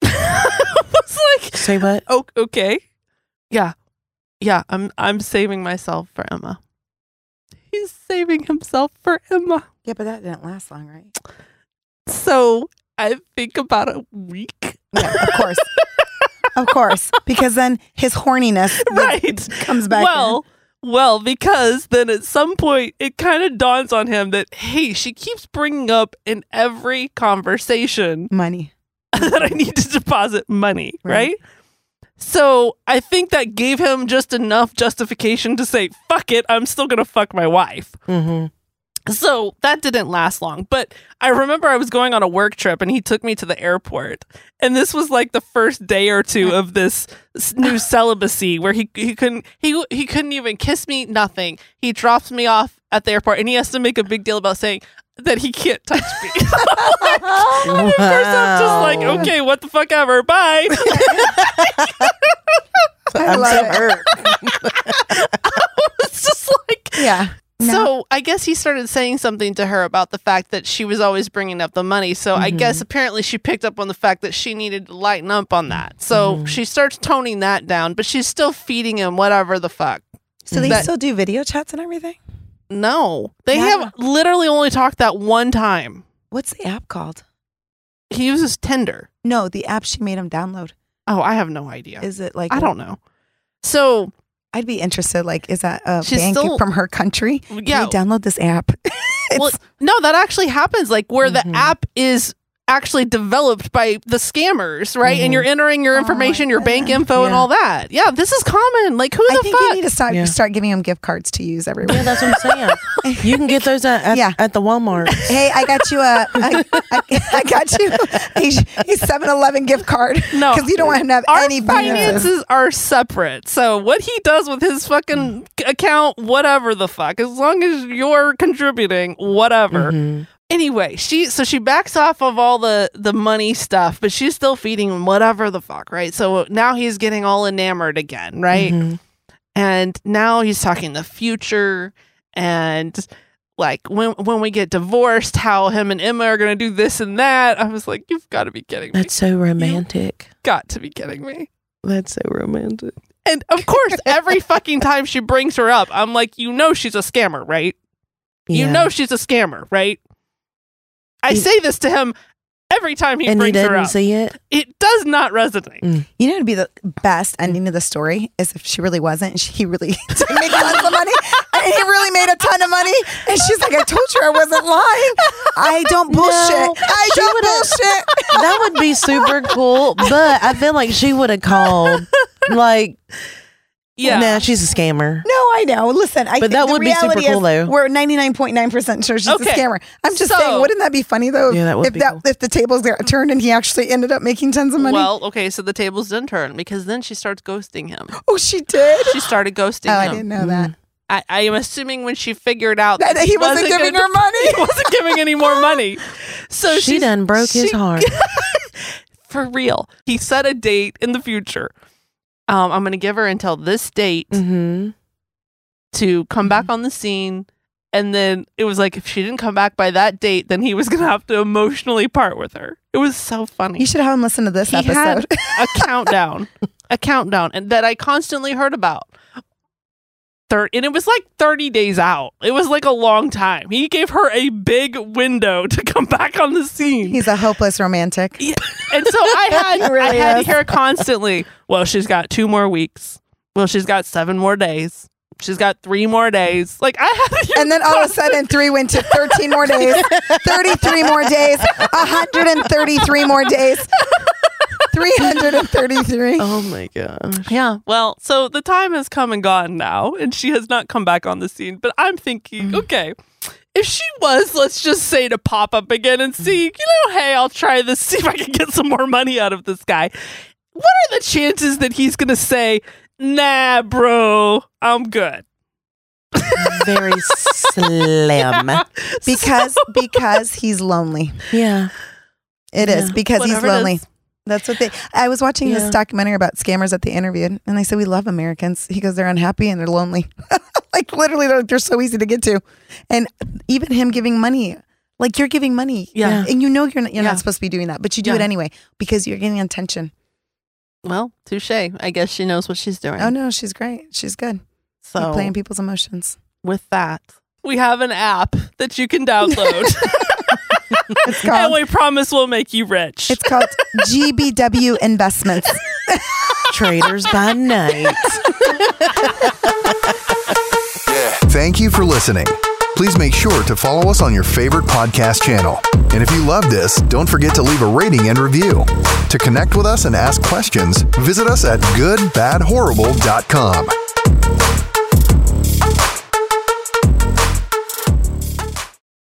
[SPEAKER 2] *laughs* I was like,
[SPEAKER 5] Say
[SPEAKER 2] *laughs*
[SPEAKER 5] what?
[SPEAKER 2] oh, okay. Yeah. Yeah, I'm I'm saving myself for Emma. He's saving himself for Emma.
[SPEAKER 4] Yeah, but that didn't last long, right?
[SPEAKER 2] So I think about a week.
[SPEAKER 4] Yeah, of course, of course, because then his horniness
[SPEAKER 2] Right.
[SPEAKER 4] comes back. in.
[SPEAKER 2] well, well, because then at some point it kind of dawns on him that hey, she keeps bringing up in every conversation
[SPEAKER 4] money.
[SPEAKER 2] *laughs* that I need to deposit money,
[SPEAKER 4] Right.
[SPEAKER 2] right? So I think that gave him just enough justification to say, fuck it, I'm still gonna fuck my wife.
[SPEAKER 5] Mm-hmm.
[SPEAKER 2] So that didn't last long, but I remember I was going on a work trip and he took me to the airport. And this was like the first day or two of this s- new celibacy where he he couldn't he he couldn't even kiss me, nothing. He drops me off at the airport and he has to make a big deal about saying that he can't touch me. *laughs* and at *laughs* first I'm just like,
[SPEAKER 5] Wow.
[SPEAKER 2] okay, what the fuck ever,
[SPEAKER 4] *laughs*
[SPEAKER 2] bye.
[SPEAKER 4] I love it.
[SPEAKER 5] hurt.
[SPEAKER 4] *laughs*
[SPEAKER 2] *laughs* it's just like
[SPEAKER 4] Yeah.
[SPEAKER 2] *laughs* So I guess he started saying something to her about the fact that she was always bringing up the money. So
[SPEAKER 4] Mm-hmm.
[SPEAKER 2] I guess apparently she picked up on the fact that she needed to lighten up on that. So
[SPEAKER 4] Mm-hmm.
[SPEAKER 2] she starts toning that down, but she's still feeding him whatever the fuck.
[SPEAKER 4] So they
[SPEAKER 2] That-
[SPEAKER 4] still do video chats and everything?
[SPEAKER 2] No, they
[SPEAKER 4] Yeah.
[SPEAKER 2] have literally only talked that one time.
[SPEAKER 4] What's the app called?
[SPEAKER 2] He uses Tinder.
[SPEAKER 4] No, the app she made him download.
[SPEAKER 2] Oh, I have no idea.
[SPEAKER 4] Is it like
[SPEAKER 2] I don't know. So
[SPEAKER 4] I'd be interested. Like, is that a
[SPEAKER 2] She's
[SPEAKER 4] bank
[SPEAKER 2] still-
[SPEAKER 4] from her country? Can
[SPEAKER 2] Yeah.
[SPEAKER 4] you download this app.
[SPEAKER 2] well,
[SPEAKER 4] It's- Mm-hmm.
[SPEAKER 2] no, that actually happens. Like where
[SPEAKER 5] Mhm.
[SPEAKER 2] the app is actually developed by the scammers, right? And
[SPEAKER 5] Mhm.
[SPEAKER 2] you're entering your
[SPEAKER 4] Oh my
[SPEAKER 2] information, your bank
[SPEAKER 4] goodness.
[SPEAKER 2] info, and
[SPEAKER 5] Yeah.
[SPEAKER 2] all that. Yeah, this is common. Like who
[SPEAKER 4] I
[SPEAKER 2] the
[SPEAKER 4] think you
[SPEAKER 2] fuck?
[SPEAKER 4] need to start
[SPEAKER 5] Yeah.
[SPEAKER 4] start giving him gift cards to use
[SPEAKER 5] Yeah,
[SPEAKER 4] everywhere.
[SPEAKER 5] that's what I'm saying. You can get those at, at,
[SPEAKER 4] Yeah.
[SPEAKER 5] at the Walmart.
[SPEAKER 4] hey, I got
[SPEAKER 2] *laughs*
[SPEAKER 4] you a, I, I, I got you a 7 Eleven gift card.
[SPEAKER 2] No.
[SPEAKER 4] Because you don't want him to have
[SPEAKER 2] our
[SPEAKER 4] any finances.
[SPEAKER 2] finances are separate. So what he does with his fucking account, whatever the fuck, as long as you're contributing, whatever.
[SPEAKER 4] Mm-hmm.
[SPEAKER 5] Mhm.
[SPEAKER 2] Anyway, she so she backs off of all the the money stuff, but she's still feeding him whatever the fuck, right? So now he's getting all enamored again, right?
[SPEAKER 5] Mhm.
[SPEAKER 2] and now he's talking the future and like when when we get divorced how him and Emma are going to do this and that i was like you've got to be kidding me
[SPEAKER 5] That's so romantic.
[SPEAKER 2] got to be kidding me
[SPEAKER 5] That's so romantic.
[SPEAKER 2] and
[SPEAKER 5] *laughs*
[SPEAKER 2] of course every fucking time she brings her up i'm like you know she's a scammer right you
[SPEAKER 5] Yeah.
[SPEAKER 2] know she's a scammer right i
[SPEAKER 5] He-
[SPEAKER 2] say this to him every time he
[SPEAKER 5] and he
[SPEAKER 2] brings her
[SPEAKER 5] doesn't
[SPEAKER 2] up
[SPEAKER 5] see it.
[SPEAKER 2] it does not resonate
[SPEAKER 4] You know, it'd be the best ending to the story is if she really wasn't and she, he really *laughs* did make tons of money and he really made a ton of money. And she's like, I told you I wasn't lying. I don't bullshit. I
[SPEAKER 5] she
[SPEAKER 4] don't
[SPEAKER 5] would've-
[SPEAKER 4] bullshit.
[SPEAKER 5] *laughs* That would be super cool, but I feel like she would have called. Like,
[SPEAKER 2] yeah
[SPEAKER 5] nah, she's a scammer.
[SPEAKER 4] No, I know. Listen, I
[SPEAKER 5] But
[SPEAKER 4] think
[SPEAKER 5] that
[SPEAKER 4] the
[SPEAKER 5] would be super
[SPEAKER 4] reality
[SPEAKER 5] cool,
[SPEAKER 4] is
[SPEAKER 5] though.
[SPEAKER 4] We're ninety nine point nine percent sure she's
[SPEAKER 2] Okay.
[SPEAKER 4] a scammer. I'm just
[SPEAKER 2] So-
[SPEAKER 4] saying, wouldn't that be funny though?
[SPEAKER 5] Yeah, that would
[SPEAKER 4] if
[SPEAKER 5] be cool.
[SPEAKER 4] if the tables got turned and he actually ended up making tons of money.
[SPEAKER 2] well okay so the tables didn't turn because then she starts ghosting him
[SPEAKER 4] oh, she did.
[SPEAKER 2] she
[SPEAKER 5] *gasps*
[SPEAKER 2] started ghosting
[SPEAKER 4] Oh,
[SPEAKER 2] him
[SPEAKER 4] I didn't know that.
[SPEAKER 2] I, I am assuming when she figured out
[SPEAKER 4] That he wasn't giving
[SPEAKER 2] gonna-
[SPEAKER 4] her money.
[SPEAKER 2] *laughs* he wasn't giving any more
[SPEAKER 4] *laughs*
[SPEAKER 2] money. So
[SPEAKER 5] She
[SPEAKER 2] she's-
[SPEAKER 5] done broke his
[SPEAKER 2] she-
[SPEAKER 5] heart.
[SPEAKER 2] for real. He set a date in the future. Um, I'm going to give her until this date
[SPEAKER 5] Mm-hmm.
[SPEAKER 2] to come back
[SPEAKER 4] Mm-hmm.
[SPEAKER 2] on the scene. And then it was like if she didn't come back by that date, then he was going to have to emotionally part with her. It was so funny.
[SPEAKER 4] You should have him listen to this
[SPEAKER 2] he
[SPEAKER 4] episode.
[SPEAKER 2] had a countdown, a countdown, and that I constantly heard about. Thir- and it was like 30 days out. It was like a long time. He gave her a big window to come back on the scene.
[SPEAKER 4] He's a hopeless romantic.
[SPEAKER 2] And so
[SPEAKER 4] *laughs*
[SPEAKER 2] I had
[SPEAKER 4] He really
[SPEAKER 2] I had
[SPEAKER 4] is.
[SPEAKER 2] to hear constantly, well, she's got two more weeks. Well, she's got seven more days. She's got three more days. Like I had *laughs* to hear
[SPEAKER 4] And then all of a sudden, three went to 13 more days, 33 more days, 133 more days, 333.
[SPEAKER 5] Oh my gosh.
[SPEAKER 2] Yeah. Well, so the time has come and gone now, and she has not come back on the scene. But I'm thinking, okay, if she was, let's just say to pop up again and see, you know, hey, I'll try this, *laughs* see if I can get some more money out of this guy. What are the chances that he's going to say, nah, bro, I'm good?
[SPEAKER 5] Very
[SPEAKER 2] *laughs*
[SPEAKER 5] slim.
[SPEAKER 4] Because because he's lonely.
[SPEAKER 5] Yeah.
[SPEAKER 4] It is
[SPEAKER 5] Yeah.
[SPEAKER 4] because
[SPEAKER 2] Whatever it
[SPEAKER 4] he's lonely.
[SPEAKER 2] is.
[SPEAKER 4] That's what they. I was watching
[SPEAKER 5] Yeah.
[SPEAKER 4] this documentary about scammers that they interviewed, and they said we love Americans because they're unhappy and they're lonely. *laughs* like literally, they're, they're so easy to get to, and even him giving money, like you're giving money,
[SPEAKER 2] Yeah.
[SPEAKER 4] and you know you're not, you're
[SPEAKER 2] Yeah.
[SPEAKER 4] not supposed to be doing that, but you do
[SPEAKER 2] Yeah.
[SPEAKER 4] it anyway because you're getting attention.
[SPEAKER 2] Well, touche. I guess she knows what she's doing.
[SPEAKER 4] Oh no, she's great. She's good. Like,
[SPEAKER 2] so,
[SPEAKER 4] playing people's emotions.
[SPEAKER 2] with that, we have an app that you can *laughs* download, *laughs*
[SPEAKER 4] It's
[SPEAKER 2] and
[SPEAKER 4] called
[SPEAKER 2] we promise we'll make you rich.
[SPEAKER 4] it's
[SPEAKER 2] *laughs*
[SPEAKER 4] called GBW Investments.
[SPEAKER 5] Traders by night.
[SPEAKER 1] Thank you for listening. Please make sure to follow us on your favorite podcast channel. And if you love this, don't forget to leave a rating and review. To connect with us and ask questions, visit us at goodbadhorrible.com.